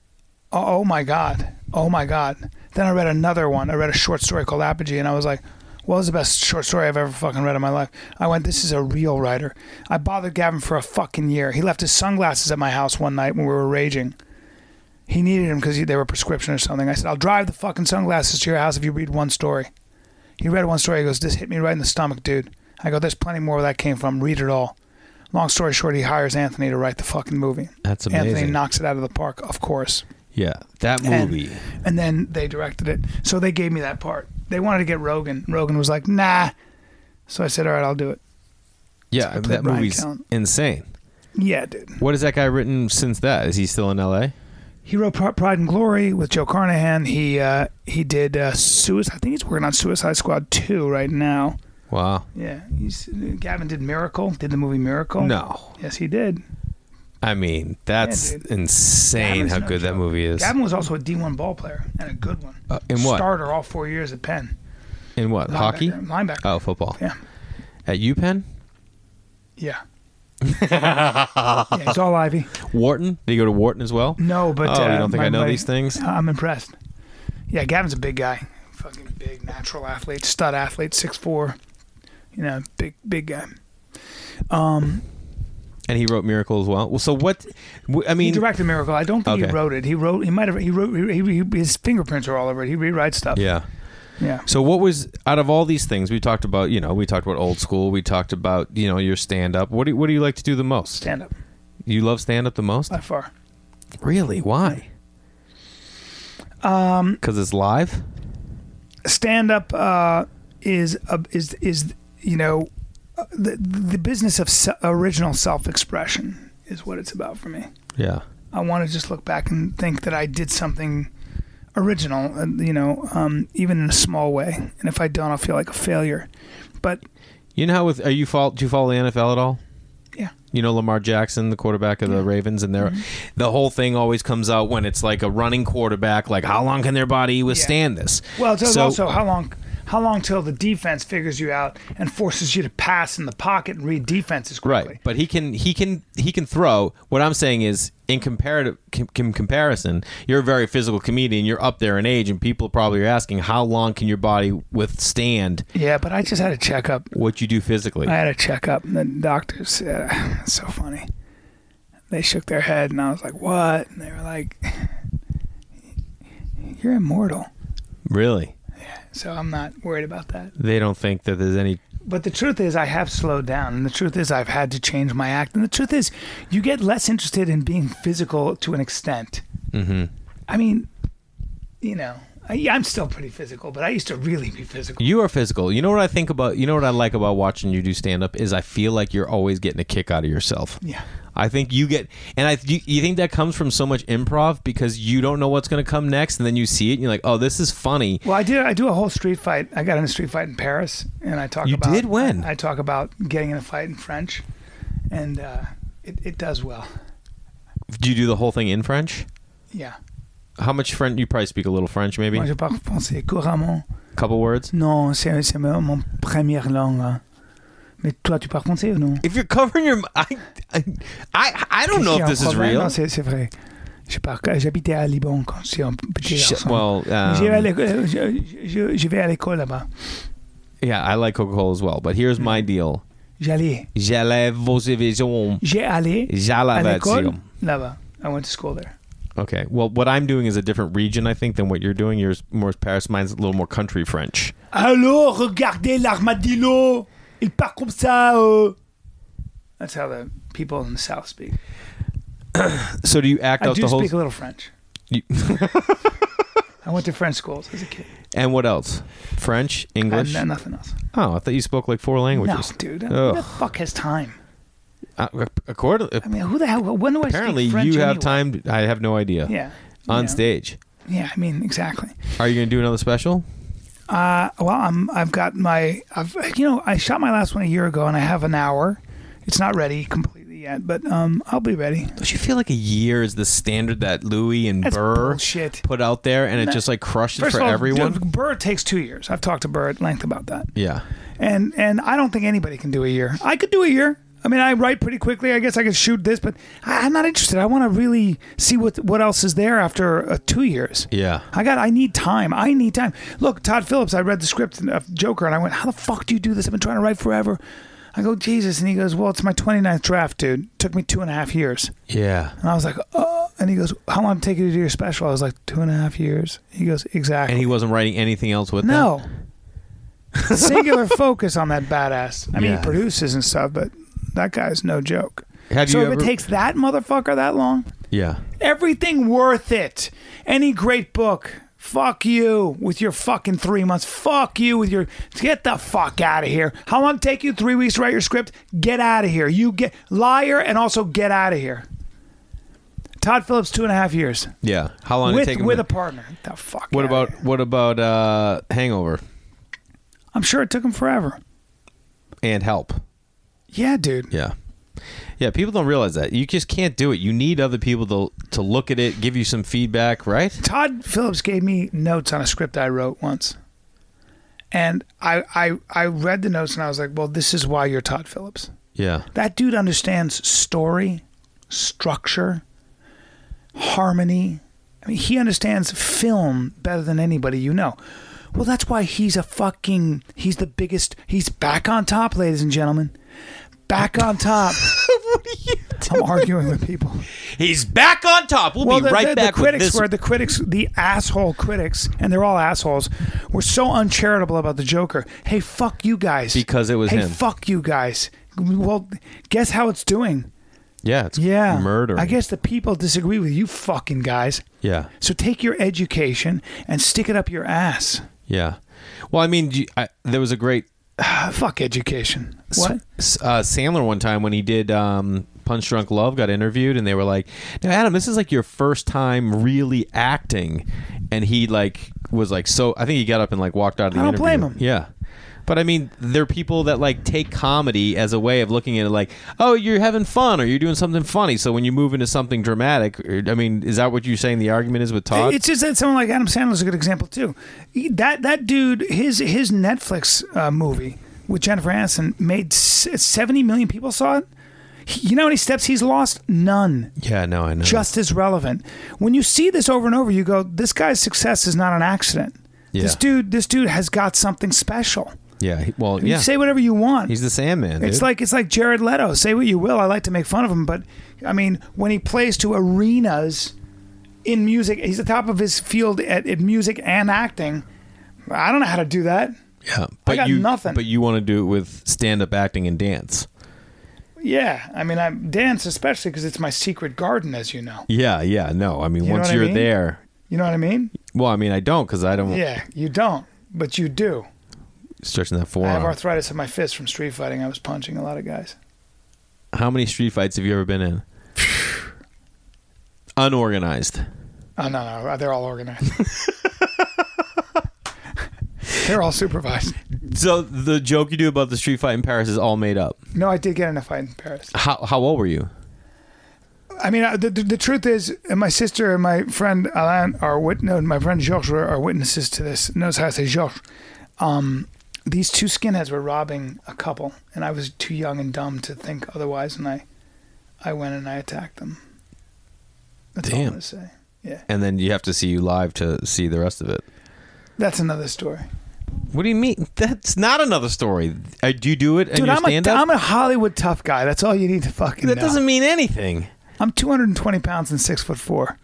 Speaker 1: oh, oh my god, oh my god." Then I read another one. I read a short story called Apogee, and I was like, "Well, it's the best short story I've ever fucking read in my life." I went, "This is a real writer." I bothered Gavin for a fucking year. He left his sunglasses at my house one night when we were raging. He needed them because they were prescription or something. I said, "I'll drive the fucking sunglasses to your house if you read one story." He read one story. He goes, "This hit me right in the stomach, dude." I go, "There's plenty more where that came from. Read it all." Long story short, he hires Anthony to write the fucking movie.
Speaker 2: That's
Speaker 1: Anthony
Speaker 2: amazing.
Speaker 1: knocks it out of the park, of course.
Speaker 2: yeah that
Speaker 1: And-
Speaker 2: movie
Speaker 1: And, then they directed it. So they gave me that part. They wanted to get Rogan. Rogan was like, "Nah." So I said, "All right, I'll do it."
Speaker 2: yeah
Speaker 1: played
Speaker 2: that
Speaker 1: Brian
Speaker 2: movie's
Speaker 1: Callen.
Speaker 2: insane
Speaker 1: Yeah, dude.
Speaker 2: what has that guy written since that is he still in la
Speaker 1: He wrote Pri- Pride and Glory with Joe Carnahan. He uh, he did uh, Suicide. I think he's working on Suicide Squad two right now.
Speaker 2: wow
Speaker 1: Yeah, he's Gavin did Miracle. Did the movie Miracle?
Speaker 2: no
Speaker 1: Yes, he did.
Speaker 2: i mean that's
Speaker 1: Yeah, dude.
Speaker 2: insane
Speaker 1: Gavin's
Speaker 2: how
Speaker 1: no
Speaker 2: good that
Speaker 1: joke.
Speaker 2: movie is
Speaker 1: Gavin was also a D one ball player and a good one.
Speaker 2: Uh, in what?
Speaker 1: Starter all four years at Penn.
Speaker 2: in what hockey
Speaker 1: Linebacker- Linebacker.
Speaker 2: Oh, football.
Speaker 1: Yeah.
Speaker 2: At UPenn?
Speaker 1: Yeah. yeah, it's all Ivy.
Speaker 2: Wharton? Did you go to Wharton as well?
Speaker 1: No, but
Speaker 2: Oh,
Speaker 1: uh,
Speaker 2: you don't think
Speaker 1: my-
Speaker 2: I know
Speaker 1: my-
Speaker 2: these things?
Speaker 1: I'm impressed. Yeah, Gavin's a big guy, fucking big natural athlete, stud athlete, six four. You know, big big guy. Um,
Speaker 2: And he wrote Miracle as well. Well, so what? w- I
Speaker 1: he
Speaker 2: mean,
Speaker 1: directed Miracle. I don't think
Speaker 2: Okay.
Speaker 1: he wrote it. He wrote. He might have. He wrote. He, he, his fingerprints are all over it. He rewrites stuff.
Speaker 2: yeah.
Speaker 1: Yeah.
Speaker 2: So what was out of all these things we talked about? You know, we talked about old school. We talked about you know your stand up. What do what do you like to do the most?
Speaker 1: Stand up
Speaker 2: You love stand up the most?
Speaker 1: by far.
Speaker 2: Really? Why? Um, because it's live.
Speaker 1: stand up uh, is a, is is you know uh, the the business of se- original self expression is what it's about for me.
Speaker 2: Yeah.
Speaker 1: I want to just look back and think that I did something original, and, you know, um, even in a small way. And if I don't, I'll feel like a failure. But
Speaker 2: You know how with are you follow? Do you follow the NFL at all?
Speaker 1: yeah,
Speaker 2: You know Lamar Jackson, the quarterback of the Ravens, and their
Speaker 1: Mm-hmm.
Speaker 2: the whole thing always comes out when it's like a running quarterback. Like, how long can their body withstand this?
Speaker 1: well, it's
Speaker 2: So-
Speaker 1: also how long. How long till the defense figures you out and forces you to pass in the pocket and read defenses
Speaker 2: right,
Speaker 1: quickly?
Speaker 2: but he can he can he can throw. What I'm saying is, in comparative com- com- comparison, you're a very physical comedian. You're up there in age, and people probably are asking, how long can your body withstand
Speaker 1: Yeah, but I just had a checkup
Speaker 2: what you do physically?
Speaker 1: I had a checkup, and the doctors. Uh, so funny. they shook their head, and I was like, "What?" And they were like, "You're immortal."
Speaker 2: Really?
Speaker 1: So I'm not worried about that.
Speaker 2: They don't think that there's any.
Speaker 1: But the truth is, I have slowed down, and the truth is, I've had to change my act, and the truth is, you get less interested in being physical to an extent. Mm-hmm. I mean, you know, I, yeah, I'm still pretty physical, but I used to really be physical.
Speaker 2: You are physical. You know what I think about. You know what I like about watching you do stand up is I feel like you're always getting a kick out of yourself.
Speaker 1: Yeah.
Speaker 2: I think you get, and I you, you think that comes from so much improv because you don't know what's going to come next, and then you see it, and you're like, oh, this is funny.
Speaker 1: Well, I did. I do a whole street fight. I got in a street fight in Paris, and I talk.
Speaker 2: You
Speaker 1: about,
Speaker 2: did? When?
Speaker 1: I, I talk about getting in a fight in French, and uh, it, it does well.
Speaker 2: Do you do the whole thing in French?
Speaker 1: Yeah.
Speaker 2: How much French? You probably speak a little French, maybe
Speaker 1: Moi, je
Speaker 2: a
Speaker 1: parle français couramment.
Speaker 2: couple words.
Speaker 1: Non, c'est c'est mon mon première langue. hein. Mais toi, tu parles français ou non
Speaker 2: If you're covering your, I, I, I, I don't know
Speaker 1: Ici,
Speaker 2: if
Speaker 1: en
Speaker 2: this is
Speaker 1: province,
Speaker 2: real.
Speaker 1: Non, c'est c'est vrai. Je parle. J'habitais à Liban quand j'étais un petit
Speaker 2: Sh-
Speaker 1: garçon.
Speaker 2: well, um,
Speaker 1: J'y vais à l'école- je, je- je vais à l'école là-bas.
Speaker 2: yeah, I like Coca Cola as well, but here's my deal.
Speaker 1: J'allais.
Speaker 2: J'élève vos divisions.
Speaker 1: J'ai allé à l'école
Speaker 2: J'élève
Speaker 1: là-bas. I went to school there.
Speaker 2: Okay. Well, what I'm doing is a different region, I think, than what you're doing. Yours more is Paris. Mine's a little more country French.
Speaker 1: Allô, regardez l'armadillo. Il part comme ça. euh. That's how the people in the South speak.
Speaker 2: So do you act
Speaker 1: I
Speaker 2: out
Speaker 1: do
Speaker 2: the whole?
Speaker 1: speak a little French.
Speaker 2: You-
Speaker 1: I went to French schools as a kid.
Speaker 2: and what else? French,
Speaker 1: I
Speaker 2: English.
Speaker 1: know nothing else.
Speaker 2: Oh, I thought you spoke like four
Speaker 1: No,
Speaker 2: languages.
Speaker 1: dude. Who
Speaker 2: Ugh.
Speaker 1: the fuck has time?
Speaker 2: Uh, according,
Speaker 1: I mean, who the hell? When do I
Speaker 2: apparently,
Speaker 1: speak French
Speaker 2: you have
Speaker 1: anyway?
Speaker 2: time. to- I have no idea.
Speaker 1: Yeah.
Speaker 2: On
Speaker 1: Yeah.
Speaker 2: stage,
Speaker 1: Yeah, I mean, exactly.
Speaker 2: are you going to do another special?
Speaker 1: Uh, well, I'm. I've got my. I've. You know, I shot my last one a year ago, and I have an hour. It's not ready completely yet, but um, I'll be ready.
Speaker 2: Don't you feel like a year is the standard that Louis and
Speaker 1: That's
Speaker 2: Burr
Speaker 1: bullshit.
Speaker 2: put out there, and
Speaker 1: No.
Speaker 2: it just like crushes
Speaker 1: First
Speaker 2: for
Speaker 1: of all,
Speaker 2: everyone?
Speaker 1: dude, Burr takes two years. I've talked to Burr at length about that,
Speaker 2: yeah.
Speaker 1: and and I don't think anybody can do a year. I could do a year. I mean, I write pretty quickly. I guess I could shoot this, but I, I'm not interested. I want to really see what what else is there after uh, two years.
Speaker 2: Yeah.
Speaker 1: I got. I need time. I need time. Look, Todd Phillips. I read the script of Joker, and I went, "How the fuck do you do this? I've been trying to write forever." I go, "Jesus," and he goes, "Well, it's my 29th draft, dude. took me two and a half years."
Speaker 2: Yeah.
Speaker 1: And I was like, "Oh," and he goes, "How long did it take you to do your special?" I was like, two and a half years." He goes, "Exactly."
Speaker 2: And he wasn't writing anything else with that?
Speaker 1: no. Singular focus on that badass. I mean,
Speaker 2: Yeah.
Speaker 1: he produces and stuff, but that guy's no joke.
Speaker 2: Have
Speaker 1: so
Speaker 2: you
Speaker 1: if
Speaker 2: ever-
Speaker 1: it takes that motherfucker that long,
Speaker 2: Yeah.
Speaker 1: everything worth it. Any great book. Fuck you with your fucking three months. Fuck you with your get the fuck out of here. How long it take you three weeks to write your script? Get out of here. You get liar and also get out of here. Todd Phillips, two and a half years
Speaker 2: Yeah. How long did it
Speaker 1: with
Speaker 2: take him
Speaker 1: with
Speaker 2: to-
Speaker 1: a partner. The fuck.
Speaker 2: What
Speaker 1: outta
Speaker 2: about
Speaker 1: here.
Speaker 2: what about uh Hangover
Speaker 1: I'm sure it took him forever.
Speaker 2: and Help?
Speaker 1: Yeah, dude.
Speaker 2: Yeah. Yeah, people don't realize that. You just can't do it. You need other people to to look at it, give you some feedback, right?
Speaker 1: Todd Phillips gave me notes on a script I wrote once. And I, I I read the notes and I was like, well, this is why you're Todd Phillips.
Speaker 2: Yeah.
Speaker 1: That dude understands story, structure, harmony. I mean, he understands film better than anybody you know. Well, that's why he's a fucking. He's the biggest. He's back on top, ladies and gentlemen. Back on top. I'm arguing with people.
Speaker 2: He's back on top. We'll be
Speaker 1: the,
Speaker 2: right
Speaker 1: the,
Speaker 2: back
Speaker 1: the
Speaker 2: with
Speaker 1: critics
Speaker 2: this.
Speaker 1: were the critics, the asshole critics, and they're all assholes. Were so uncharitable about the Joker. Hey, fuck you guys.
Speaker 2: Because it was
Speaker 1: hey,
Speaker 2: him.
Speaker 1: fuck you guys. Well, guess how it's doing.
Speaker 2: yeah, it's
Speaker 1: Yeah.
Speaker 2: murder.
Speaker 1: I guess the people disagree with you fucking guys.
Speaker 2: Yeah.
Speaker 1: So take your education and stick it up your ass.
Speaker 2: Yeah. Well, I mean, do you- I, there was a great
Speaker 1: Ah, fuck education. What?
Speaker 2: S- uh, Sandler one time when he did um, Punch Drunk Love got interviewed and they were like, "Now Adam, this is like your first time really acting," and he like was like so. I think he got up and like walked out of the.
Speaker 1: I don't
Speaker 2: interview.
Speaker 1: blame him.
Speaker 2: Yeah. But I mean, there are people that like take comedy as a way of looking at it, like, oh, you're having fun or you're doing something funny. So when you move into something dramatic, or- I mean, is that what you're saying? The argument is with Todd.
Speaker 1: It's just that someone like Adam Sandler's a good example too. He- That that dude, his his Netflix uh, movie with Jennifer Aniston made s- seventy million people saw it. He- you know how many steps he's lost? None.
Speaker 2: yeah, no, I know.
Speaker 1: just as relevant. When you see this over and over, you go, "This guy's success is not an accident. This
Speaker 2: Yeah.
Speaker 1: dude, this dude has got something special."
Speaker 2: Yeah. he- Well, yeah.
Speaker 1: Say whatever you want.
Speaker 2: He's the Sandman.
Speaker 1: It's
Speaker 2: dude.
Speaker 1: like it's like Jared Leto. Say what you will, I like to make fun of him, but I mean, when he plays to arenas in music, he's the top of his field at, at music and acting. I don't know how to do that.
Speaker 2: yeah. But
Speaker 1: got
Speaker 2: you
Speaker 1: nothing.
Speaker 2: but you want to do it with stand-up acting and dance.
Speaker 1: Yeah, I mean, I dance especially because it's my secret garden, as you know.
Speaker 2: Yeah, yeah. No, I mean
Speaker 1: know
Speaker 2: once
Speaker 1: what I
Speaker 2: you're
Speaker 1: mean?
Speaker 2: there.
Speaker 1: You know what I mean?
Speaker 2: Well, I mean I don't cuz I don't
Speaker 1: Yeah, you don't, but you do.
Speaker 2: stretching that
Speaker 1: I have
Speaker 2: forearm.
Speaker 1: arthritis in my fist from street fighting. I was punching a lot of guys.
Speaker 2: How many street fights have you ever been in? Unorganized.
Speaker 1: Oh no, no, they're all organized. they're all supervised.
Speaker 2: So the joke you do about the street fight in Paris is all made up.
Speaker 1: No, I did get in a fight in Paris.
Speaker 2: How how old were you?
Speaker 1: I mean, I- the, the, the truth is, and my sister and my friend Alain are wit- no, my friend Georges were, are witnesses to this. Knows how I say Georges. Um, these two skinheads were robbing a couple, and I was too young and dumb to think otherwise, and I, I went and I attacked them. That's all I'm
Speaker 2: Damn.
Speaker 1: gonna say. Yeah,
Speaker 2: And then you have to see you live to see the rest of it.
Speaker 1: that's another story.
Speaker 2: What do you mean? That's not another story. Uh, do you do it in
Speaker 1: Dude,
Speaker 2: your
Speaker 1: I'm a,
Speaker 2: stand-up?
Speaker 1: I'm a Hollywood tough guy. That's all you need to fucking
Speaker 2: that
Speaker 1: know.
Speaker 2: doesn't mean anything.
Speaker 1: I'm 220 pounds and six foot four.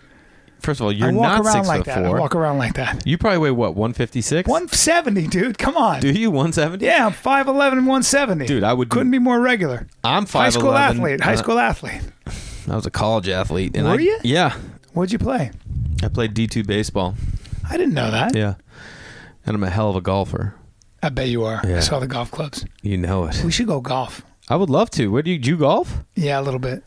Speaker 2: First of all, you're
Speaker 1: I walk
Speaker 2: not
Speaker 1: around
Speaker 2: six
Speaker 1: like
Speaker 2: foot
Speaker 1: that.
Speaker 2: four.
Speaker 1: I walk around like that.
Speaker 2: You probably weigh what, one fifty six?
Speaker 1: 170, dude. Come on.
Speaker 2: Do you one seventy?
Speaker 1: Yeah, I'm 5'11 and 170.
Speaker 2: Dude, I would-
Speaker 1: Couldn't be more regular.
Speaker 2: I'm
Speaker 1: High
Speaker 2: five Uh, uh-huh.
Speaker 1: school athlete. High school athlete.
Speaker 2: I was a college athlete. And
Speaker 1: Were
Speaker 2: I,
Speaker 1: you?
Speaker 2: Yeah,
Speaker 1: What'd you play?
Speaker 2: I played D two baseball.
Speaker 1: I didn't know that.
Speaker 2: Yeah, and I'm a hell of a golfer.
Speaker 1: I bet you are. I
Speaker 2: Yeah.
Speaker 1: saw the golf clubs.
Speaker 2: You know it.
Speaker 1: We should go golf.
Speaker 2: I would love to. Where do you do? You golf?
Speaker 1: Yeah, a little bit.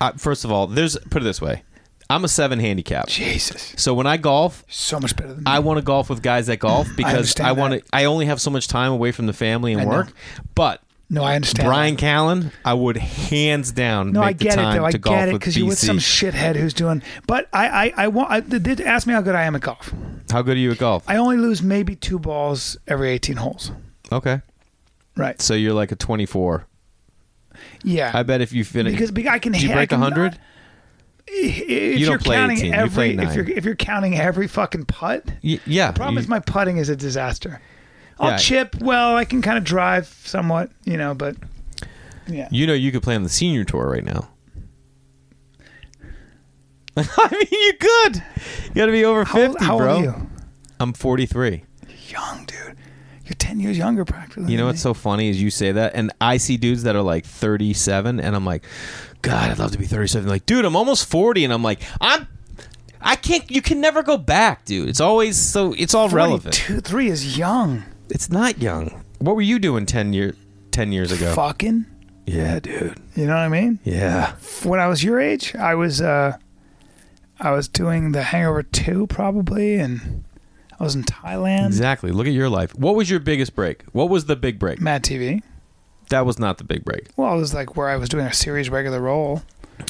Speaker 2: I, first of all, there's put it this way. I'm a seven handicap.
Speaker 1: Jesus.
Speaker 2: So when I golf,
Speaker 1: So much better than me.
Speaker 2: I want to golf with guys that golf because
Speaker 1: understand
Speaker 2: I, want
Speaker 1: that.
Speaker 2: to. I only have so much time away from the family and
Speaker 1: I know.
Speaker 2: work. But
Speaker 1: no, I understand.
Speaker 2: Brian Callen, I would hands down
Speaker 1: no,
Speaker 2: make
Speaker 1: I
Speaker 2: the
Speaker 1: get it,
Speaker 2: time
Speaker 1: though. I
Speaker 2: to golf
Speaker 1: get it
Speaker 2: with
Speaker 1: because you're with
Speaker 2: BC.
Speaker 1: some shithead who's doing. But I, I, I want. I, they did ask me how good I am at golf.
Speaker 2: How good are you at golf?
Speaker 1: I only lose maybe two balls every 18 holes.
Speaker 2: okay,
Speaker 1: Right.
Speaker 2: so you're like a 24.
Speaker 1: Yeah.
Speaker 2: I bet if you finish,
Speaker 1: because be- I can
Speaker 2: did you
Speaker 1: hit- I
Speaker 2: break
Speaker 1: can
Speaker 2: 100?
Speaker 1: not- if
Speaker 2: You
Speaker 1: you
Speaker 2: don't
Speaker 1: are
Speaker 2: play
Speaker 1: counting
Speaker 2: 18, you
Speaker 1: every,
Speaker 2: play
Speaker 1: if you're
Speaker 2: nine.
Speaker 1: if you're counting every fucking putt,
Speaker 2: Y- yeah.
Speaker 1: problem
Speaker 2: you-
Speaker 1: is my putting is a disaster. I'll
Speaker 2: Yeah.
Speaker 1: chip well. I can kind of drive somewhat, you know, but yeah.
Speaker 2: You know, you could play on the senior tour right now. I mean, you could. You got to be over
Speaker 1: How old-
Speaker 2: 50,
Speaker 1: how old
Speaker 2: bro.
Speaker 1: are you?
Speaker 2: I'm 43.
Speaker 1: Young dude, you're ten years younger practically.
Speaker 2: You know
Speaker 1: than
Speaker 2: what's
Speaker 1: me.
Speaker 2: so funny is you say that, and I see dudes that are like 37, and I'm like, God, I'd love to be 37. Like, dude, I'm almost 40, and I'm like, I'm, I can't. You can never go back, dude. It's always so. It's all relevant.
Speaker 1: Two, three is young.
Speaker 2: It's not young. What were you doing 10 year, 10 years ago?
Speaker 1: Fucking,
Speaker 2: Yeah, dude.
Speaker 1: you know what I mean?
Speaker 2: Yeah.
Speaker 1: When I was your age, I was uh, I was doing The Hangover Two probably, and I was in Thailand.
Speaker 2: Exactly. Look at your life. What was your biggest break? What was the big break?
Speaker 1: Mad TV.
Speaker 2: That was not the big break.
Speaker 1: Well, it was like where I was doing a series regular role,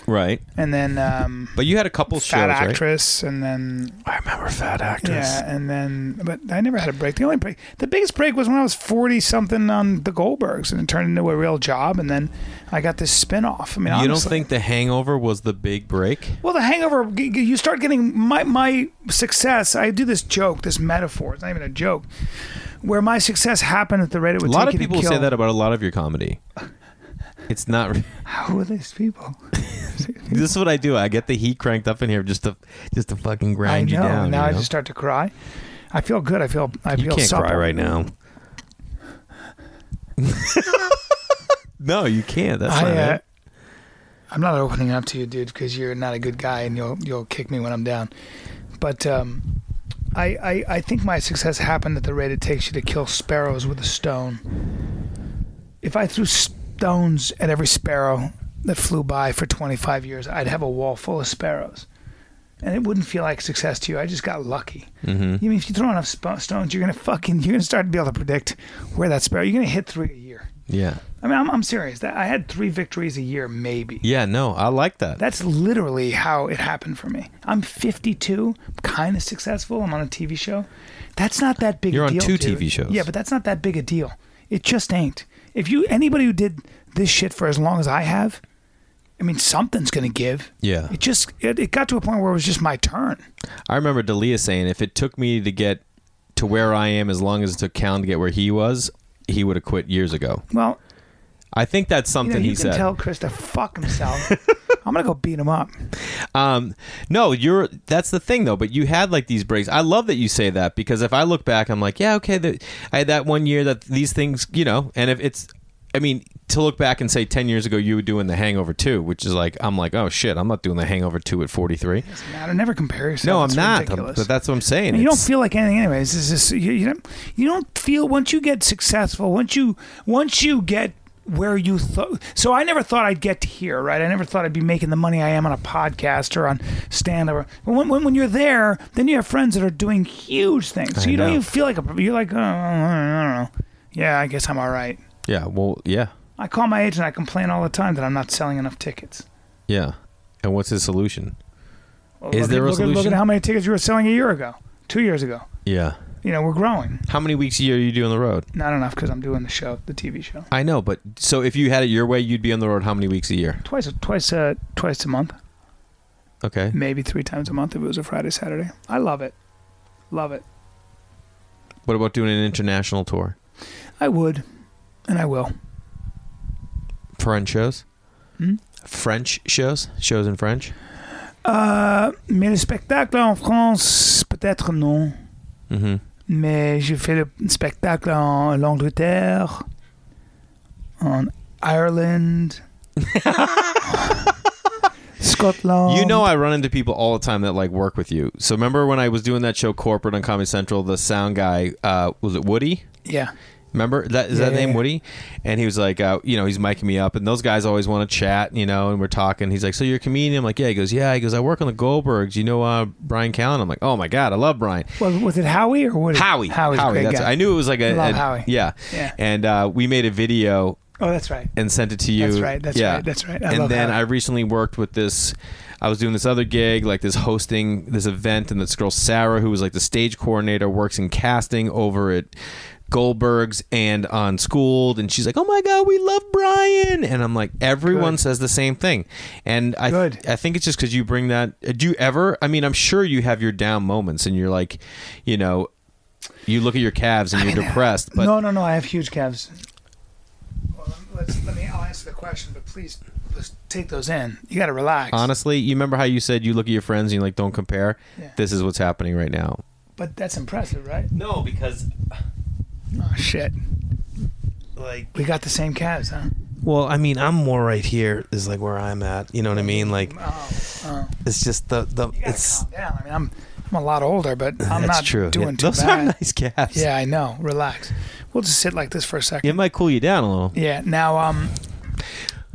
Speaker 2: Right.
Speaker 1: and then um,
Speaker 2: But you had a couple
Speaker 1: Fat
Speaker 2: shows,
Speaker 1: Actress, and then
Speaker 2: right? I remember Fat Actress.
Speaker 1: yeah, and then but I never had a break. The only break, the biggest break was when I was forty something on the Goldbergs, and it turned into a real job. And then I got this spin off. I mean,
Speaker 2: You don't
Speaker 1: honestly-
Speaker 2: think The Hangover was the big break?
Speaker 1: Well, the hangover, g- g- you start getting my, my success. I do this joke, this metaphor. It's not even a joke. Where my success happened at the rate it
Speaker 2: A
Speaker 1: would
Speaker 2: lot
Speaker 1: take
Speaker 2: of
Speaker 1: you to
Speaker 2: people say
Speaker 1: kill-
Speaker 2: that about a lot of your comedy. It's not.
Speaker 1: Who are these people?
Speaker 2: this is what I do. I get the heat cranked up in here just to just to fucking
Speaker 1: I
Speaker 2: grind
Speaker 1: know.
Speaker 2: you down.
Speaker 1: now
Speaker 2: you
Speaker 1: I
Speaker 2: know?
Speaker 1: just start to cry. I feel good. I feel. I
Speaker 2: you
Speaker 1: feel
Speaker 2: can't
Speaker 1: supple.
Speaker 2: cry right now. no, you can't. That's
Speaker 1: I,
Speaker 2: not
Speaker 1: uh,
Speaker 2: it.
Speaker 1: I'm not opening up to you, dude, because you're not a good guy, and you'll you'll kick me when I'm down. But um, I, I I think my success happened at the rate it takes you to kill sparrows with a stone. If I threw stones at every sparrow that flew by for 25 years, I'd have a wall full of sparrows, and it wouldn't feel like success to you. I just got lucky. Mm-hmm. You mean if you throw enough sp- stones, you're gonna fucking you're gonna start to be able to predict where that sparrow. You're gonna hit three a year.
Speaker 2: Yeah.
Speaker 1: I mean, I'm, I'm serious. That I had three victories a year, maybe.
Speaker 2: Yeah. No, I like that.
Speaker 1: That's literally how it happened for me. I'm 52, kind of successful. I'm on a TV show. That's not that big.
Speaker 2: You're
Speaker 1: a
Speaker 2: on
Speaker 1: deal,
Speaker 2: two
Speaker 1: dude.
Speaker 2: TV shows.
Speaker 1: Yeah, but that's not that big a deal. It just ain't. If you anybody who did this shit for as long as I have, I mean, something's gonna give.
Speaker 2: Yeah.
Speaker 1: It just it, it got to a point where it was just my turn.
Speaker 2: I remember Dalia saying, if it took me to get to where I am as long as it took Callan to get where he was, he would have quit years ago.
Speaker 1: Well,
Speaker 2: I think that's
Speaker 1: you,
Speaker 2: something
Speaker 1: know, you
Speaker 2: he
Speaker 1: can
Speaker 2: said.
Speaker 1: tell Chris to fuck himself. I'm gonna go beat him up.
Speaker 2: Um, no, you're. That's the thing, though. But you had like these breaks. I love that you say that because if I look back, I'm like, yeah, okay. The, I had that one year that these things, you know. And if it's, I mean, to look back and say ten years ago you were doing The Hangover Two, which is like, I'm like, oh shit, I'm not doing The Hangover Two at 43.
Speaker 1: Man, I never compare yourself.
Speaker 2: No, I'm
Speaker 1: It's
Speaker 2: not. I'm-
Speaker 1: Ridiculous.
Speaker 2: but that's what I'm saying.
Speaker 1: And you don't
Speaker 2: It's-
Speaker 1: feel like anything, anyways. It's just you, you don't you don't feel once you get successful, once you once you get where you thought. So I never thought I'd get to here, right? I never thought I'd be making the money I am on a podcast or on stand up. When, when when you're there, then you have friends that are doing huge things. So
Speaker 2: I
Speaker 1: you don't
Speaker 2: know.
Speaker 1: even feel like a, you're like, oh, I don't know. Yeah, I guess I'm all right.
Speaker 2: yeah. Well, yeah,
Speaker 1: I call my agent. I complain all the time that I'm not selling enough tickets.
Speaker 2: yeah. And what's his solution?
Speaker 1: Well,
Speaker 2: Is
Speaker 1: look
Speaker 2: there
Speaker 1: at-
Speaker 2: a
Speaker 1: look at- Look
Speaker 2: solution?
Speaker 1: at how many tickets you were selling a year ago, two years ago.
Speaker 2: Yeah.
Speaker 1: You know, we're growing.
Speaker 2: How many weeks a year are you do on the road?
Speaker 1: Not enough because I'm doing the show, the TV show.
Speaker 2: I know, but so if you had it your way, you'd be on the road how many weeks a year?
Speaker 1: twice twice uh, twice a month,
Speaker 2: Okay.
Speaker 1: maybe three times a month if it was a Friday Saturday. I love it, love it.
Speaker 2: What about doing an international tour?
Speaker 1: I would, and I will.
Speaker 2: French shows?
Speaker 1: Hmm?
Speaker 2: French shows? Shows in French?
Speaker 1: Euh, mais le spectacle en France, peut-être non.
Speaker 2: Mm-hmm.
Speaker 1: Mais je fais le spectacle en l'Angleterre, en Ireland, Scotland. Um,
Speaker 2: You know, I run into people all the time that like work with you. So remember when I was doing that show corporate on Comedy Central, the sound guy, uh, was it Woody?
Speaker 1: yeah.
Speaker 2: Remember that is
Speaker 1: Yeah,
Speaker 2: that
Speaker 1: yeah,
Speaker 2: name
Speaker 1: yeah.
Speaker 2: Woody? And he was like, uh, you know, he's miking me up, and those guys always want to chat, you know, and we're talking. He's like, so you're a comedian? I'm like, yeah. He goes, yeah. He goes, I work on the Goldbergs. You know, uh, Brian Callen. I'm like, oh my god, I love Brian.
Speaker 1: Was, was it Howie or Woody?
Speaker 2: Howie,
Speaker 1: Howie's a
Speaker 2: Howie.
Speaker 1: great
Speaker 2: That's
Speaker 1: guy.
Speaker 2: I knew it was like a,
Speaker 1: Love
Speaker 2: a-
Speaker 1: Howie.
Speaker 2: Yeah.
Speaker 1: Yeah.
Speaker 2: And uh, we made a video
Speaker 1: Oh, that's right.
Speaker 2: and sent it to you.
Speaker 1: That's right, that's
Speaker 2: yeah.
Speaker 1: right, that's right. I
Speaker 2: and
Speaker 1: love
Speaker 2: then
Speaker 1: Howie.
Speaker 2: I recently worked with this. I was doing this other gig, like this hosting this event, and this girl Sarah, who was like the stage coordinator, works in casting over at Goldberg's and on Schooled, and she's like, "Oh my god, we love Brian," and I'm like, everyone
Speaker 1: Good.
Speaker 2: says the same thing, and I
Speaker 1: Good.
Speaker 2: I think it's just because you bring that. uh, Do you ever? I mean, I'm sure you have your down moments, and you're like, you know. You look at your calves and you're depressed, but
Speaker 1: no, no, no. I have huge calves. Well, let's, let me. I'll answer the question, but please, let's take those in. You got to relax.
Speaker 2: honestly, you remember how you said you look at your friends and you like don't compare?
Speaker 1: Yeah.
Speaker 2: This is what's happening right now.
Speaker 1: But that's impressive, right?
Speaker 2: No, because
Speaker 1: Oh shit,
Speaker 2: like
Speaker 1: we got the same calves, huh?
Speaker 2: well, I mean, I'm more right here is like where I'm at. You know what I mean? Like
Speaker 1: Oh, oh.
Speaker 2: it's just the the
Speaker 1: You gotta
Speaker 2: it's
Speaker 1: calm down. I mean, I'm I'm a lot older, but I'm
Speaker 2: that's
Speaker 1: not
Speaker 2: true.
Speaker 1: doing
Speaker 2: Yeah,
Speaker 1: too
Speaker 2: Those
Speaker 1: bad.
Speaker 2: are nice calves.
Speaker 1: Yeah, I know. Relax. We'll just sit like this for a second.
Speaker 2: It might cool you down a little.
Speaker 1: Yeah. Now, um,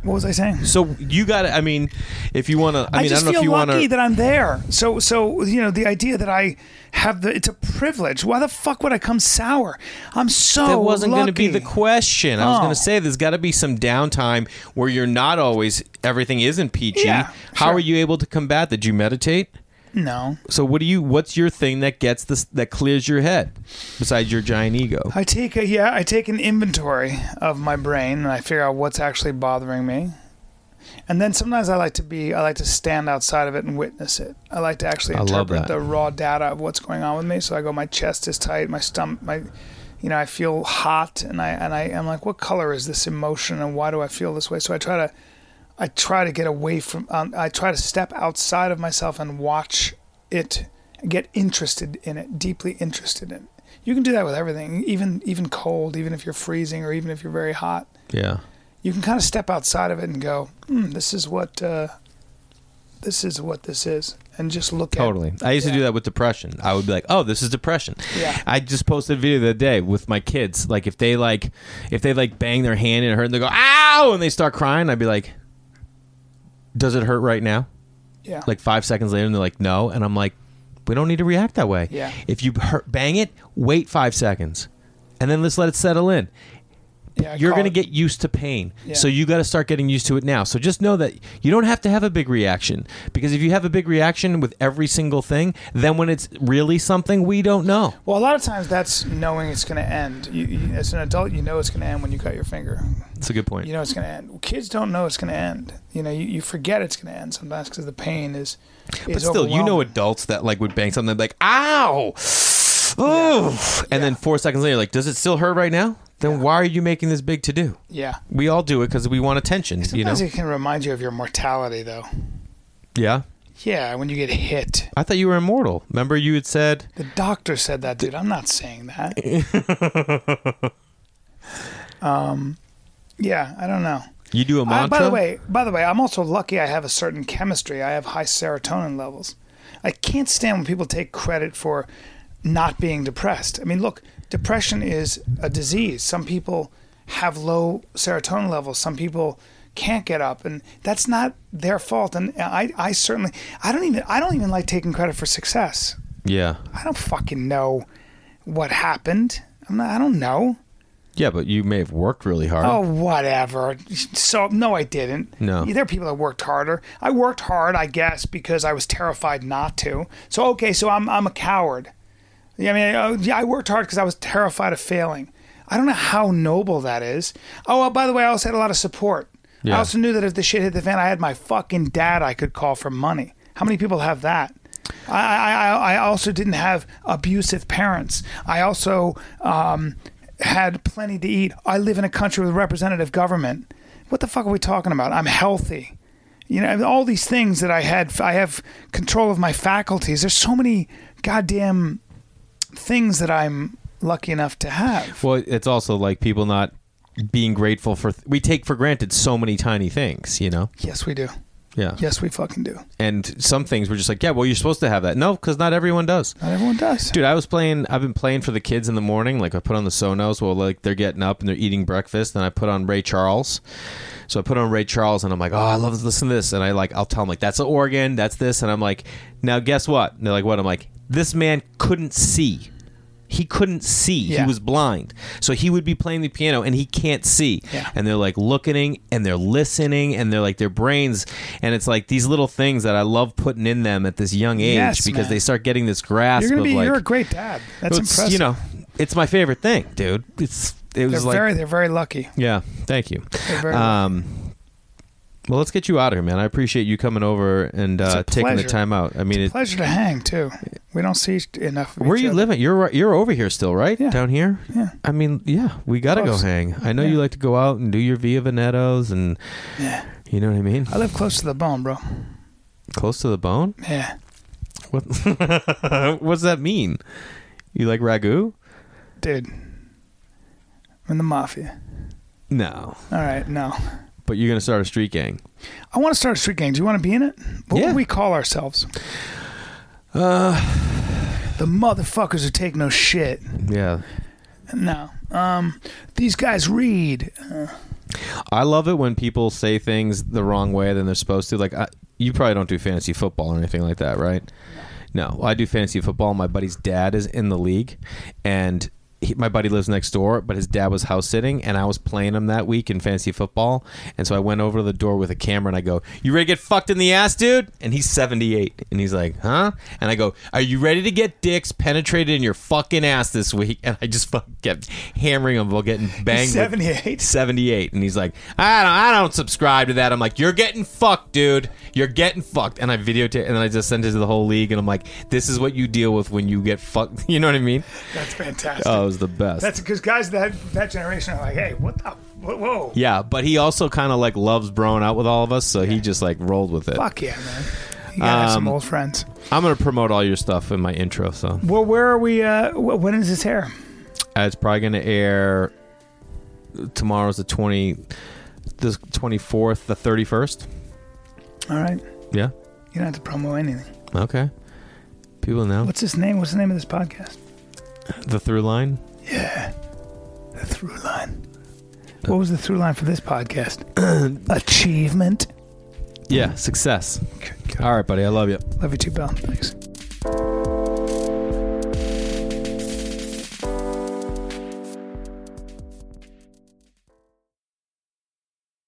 Speaker 1: what was I saying?
Speaker 2: So you got to I mean, if you want to I
Speaker 1: I,
Speaker 2: mean, I,
Speaker 1: just
Speaker 2: don't know
Speaker 1: feel
Speaker 2: if you want
Speaker 1: lucky
Speaker 2: to
Speaker 1: that I'm there. So, so you know, the idea that I have the—it's a privilege. Why the fuck would I come sour? I'm so
Speaker 2: that wasn't
Speaker 1: going
Speaker 2: to be the question. I was
Speaker 1: Oh.
Speaker 2: going to say there's got to be some downtime where you're not always everything isn't peachy.
Speaker 1: Yeah,
Speaker 2: How
Speaker 1: sure.
Speaker 2: are you able to combat? Did you meditate?
Speaker 1: No,
Speaker 2: So what do you? What's your thing that gets this that clears your head besides your giant ego?
Speaker 1: I take a yeah, I take an inventory of my brain and I figure out what's actually bothering me. And then sometimes I like to be I like to stand outside of it and witness it. I like to actually
Speaker 2: I love
Speaker 1: interpret
Speaker 2: that.
Speaker 1: the raw data of what's going on with me. So I go my chest is tight, my stomach my you know, I feel hot and I and I am like what color is this emotion and why do I feel this way? So I try to I try to get away from um, I try to step outside of myself and watch it get interested in it, deeply interested in. It. You can do that with everything, even even cold, even if you're freezing or even if you're very hot.
Speaker 2: Yeah,
Speaker 1: You can kind of step outside of it and go, mm, "This is what uh, this is what this is," and just look
Speaker 2: totally. I used to
Speaker 1: Yeah.
Speaker 2: do that with depression. I would be like, "Oh, this is depression."
Speaker 1: Yeah.
Speaker 2: I just posted a video the other day with my kids. Like if they like, if they like bang their hand and it hurt, and they go "ow" and they start crying, I'd be like, "Does it hurt right now?"
Speaker 1: at, yeah,
Speaker 2: Like five seconds later, and they're like, "No," and I'm like, "We don't need to react that way.
Speaker 1: Yeah.
Speaker 2: If you hurt, bang it, wait five seconds, and then let's let it settle in.
Speaker 1: yeah, I
Speaker 2: you're
Speaker 1: call
Speaker 2: going to
Speaker 1: it-
Speaker 2: get used to pain.
Speaker 1: Yeah.
Speaker 2: So you got to start getting used to it now. So just know that you don't have to have a big reaction because if you have a big reaction with every single thing, then when it's really something we don't know.
Speaker 1: Well, a lot of times that's knowing it's going to end. You, you, as an adult, you know it's going to end when you cut your finger.
Speaker 2: That's a good point.
Speaker 1: You know it's going to end. Kids don't know it's going to end. You know, you, you forget it's going to end sometimes because the pain is.
Speaker 2: but still, you know adults that like would bang something like "ow." Oh, and then four seconds later, like, does it still hurt right now? then why are you making this big to do?
Speaker 1: Yeah.
Speaker 2: We all do it because we want attention, you know?
Speaker 1: Sometimes it can remind you of your mortality, though.
Speaker 2: Yeah.
Speaker 1: Yeah, when you get hit.
Speaker 2: I thought you were immortal. Remember you had said,
Speaker 1: The doctor said that, dude. I'm not saying that. um, yeah, I don't know.
Speaker 2: you do
Speaker 1: I-
Speaker 2: a mantra?
Speaker 1: by the way, by the way, I'm also lucky. I have a certain chemistry. I have high serotonin levels. I can't stand when people take credit for not being depressed. I mean, look, depression is a disease. Some people have low serotonin levels. Some people can't get up, and that's not their fault. And I, I certainly, I don't even, I don't even like taking credit for success.
Speaker 2: Yeah.
Speaker 1: I don't fucking know what happened. I'm not, I don't know.
Speaker 2: Yeah, but you may have worked really hard.
Speaker 1: Oh, whatever. So no, I didn't.
Speaker 2: No.
Speaker 1: there are people that worked harder. I worked hard, I guess, because I was terrified not to. So okay, so I'm I'm a coward. Yeah, I mean, oh, yeah, I worked hard because I was terrified of failing. I don't know how noble that is. Oh, uh, by the way, I also had a lot of support. I
Speaker 2: Yeah.
Speaker 1: also knew that if the shit hit the fan, I had my fucking dad I could call for money. How many people have that? I, I, I- I also didn't have abusive parents. I also um, had plenty to eat. I live in a country with representative government. What the fuck are we talking about? I'm healthy. You know, all these things that I had, I have control of my faculties. There's so many goddamn things that I'm lucky enough to have.
Speaker 2: Well, it's also like people not being grateful for. we take for granted so many tiny things, you know.
Speaker 1: Yes, we do.
Speaker 2: Yeah.
Speaker 1: Yes, we fucking do.
Speaker 2: And some things we're just like, yeah, well, you're supposed to have that. No, because not everyone does.
Speaker 1: Not everyone does.
Speaker 2: Dude, I was playing. I've been playing for the kids in the morning. Like I put on the Sonos while like they're getting up and they're eating breakfast. Then I put on Ray Charles. So I put on Ray Charles and I'm like, oh, I love to listen to this. And I like, I'll tell them like that's an organ, that's this, and I'm like, now guess what? And they're like, what? I'm like, this man couldn't see. He couldn't see.
Speaker 1: Yeah.
Speaker 2: He was blind. So he would be playing the piano and he can't see.
Speaker 1: Yeah.
Speaker 2: And they're like looking and they're listening and they're like their brains and it's like these little things that I love putting in them at this young age
Speaker 1: Yes,
Speaker 2: because
Speaker 1: man.
Speaker 2: they start getting this grasp
Speaker 1: You're gonna
Speaker 2: of
Speaker 1: be.
Speaker 2: like
Speaker 1: you're a great dad. That's
Speaker 2: it's,
Speaker 1: impressive.
Speaker 2: You know, it's my favorite thing, dude. It's it
Speaker 1: they're
Speaker 2: was like
Speaker 1: very. They're very lucky.
Speaker 2: yeah, thank you.
Speaker 1: They're very.
Speaker 2: Um, well, let's get you out of here, man. I appreciate you coming over and
Speaker 1: It's a
Speaker 2: uh, taking the
Speaker 1: pleasure.
Speaker 2: time out. I mean, it,
Speaker 1: pleasure to hang too. We don't see enough. Of
Speaker 2: where
Speaker 1: each
Speaker 2: you
Speaker 1: other.
Speaker 2: living? You're right- you're over here still, right?
Speaker 1: Yeah.
Speaker 2: Down here.
Speaker 1: Yeah.
Speaker 2: I mean, yeah, we gotta
Speaker 1: Close.
Speaker 2: go hang. I know
Speaker 1: Yeah.
Speaker 2: you like to go out and do your Via Venetos and
Speaker 1: Yeah.
Speaker 2: you know what I mean.
Speaker 1: I live close to the bone, bro.
Speaker 2: Close to the bone.
Speaker 1: Yeah.
Speaker 2: What What's that mean? You like ragu?
Speaker 1: Dude. I'm in the mafia.
Speaker 2: No,
Speaker 1: All right. No.
Speaker 2: but you're gonna start a street gang.
Speaker 1: I want to start a street gang. Do you want to be in it? What
Speaker 2: Yeah.
Speaker 1: would we call ourselves?
Speaker 2: Uh,
Speaker 1: The motherfuckers who take no shit.
Speaker 2: yeah.
Speaker 1: No. Um. These guys read.
Speaker 2: I love it when people say things the wrong way than they're supposed to. Like, I, you probably don't do fantasy football or anything like that, right? No, I do fantasy football. My buddy's dad is in the league, and he, my buddy lives next door, but his dad was house sitting, and I was playing him that week in fantasy football. And so I went over to the door with a camera and I go, You ready to get fucked in the ass, dude? And he's 78. And he's like, Huh? And I go, Are you ready to get dicks penetrated in your fucking ass this week? And I just fucking kept hammering him while getting banged. with-
Speaker 1: 78.
Speaker 2: 78 and he's like I don't, I don't subscribe to that i'm like you're getting fucked dude you're getting fucked and i videotape and i just sent it to the whole league and i'm like this is what you deal with when you get fucked you know what i mean
Speaker 1: That's fantastic.
Speaker 2: oh it was the best
Speaker 1: That's because guys that that generation are like, hey, what the whoa, whoa.
Speaker 2: yeah but he also kind of like loves broing out with all of us so he just like rolled with it
Speaker 1: fuck yeah, man. You gotta have some
Speaker 2: Um,
Speaker 1: old friends.
Speaker 2: i'm gonna promote all your stuff in my intro so
Speaker 1: Well, where are we? Uh, wh- when is this air?
Speaker 2: Uh, it's probably gonna air tomorrow's the 20 the 24th the 31st
Speaker 1: All right, you
Speaker 2: yeah
Speaker 1: don't have to promo anything.
Speaker 2: okay people know
Speaker 1: What's his name? What's the name of this podcast?
Speaker 2: the through line
Speaker 1: The through line. What was the through line for this podcast? Achievement.
Speaker 2: Yeah, Mm-hmm. success. All right, buddy. I love you.
Speaker 1: Love you too, Bell. Thanks.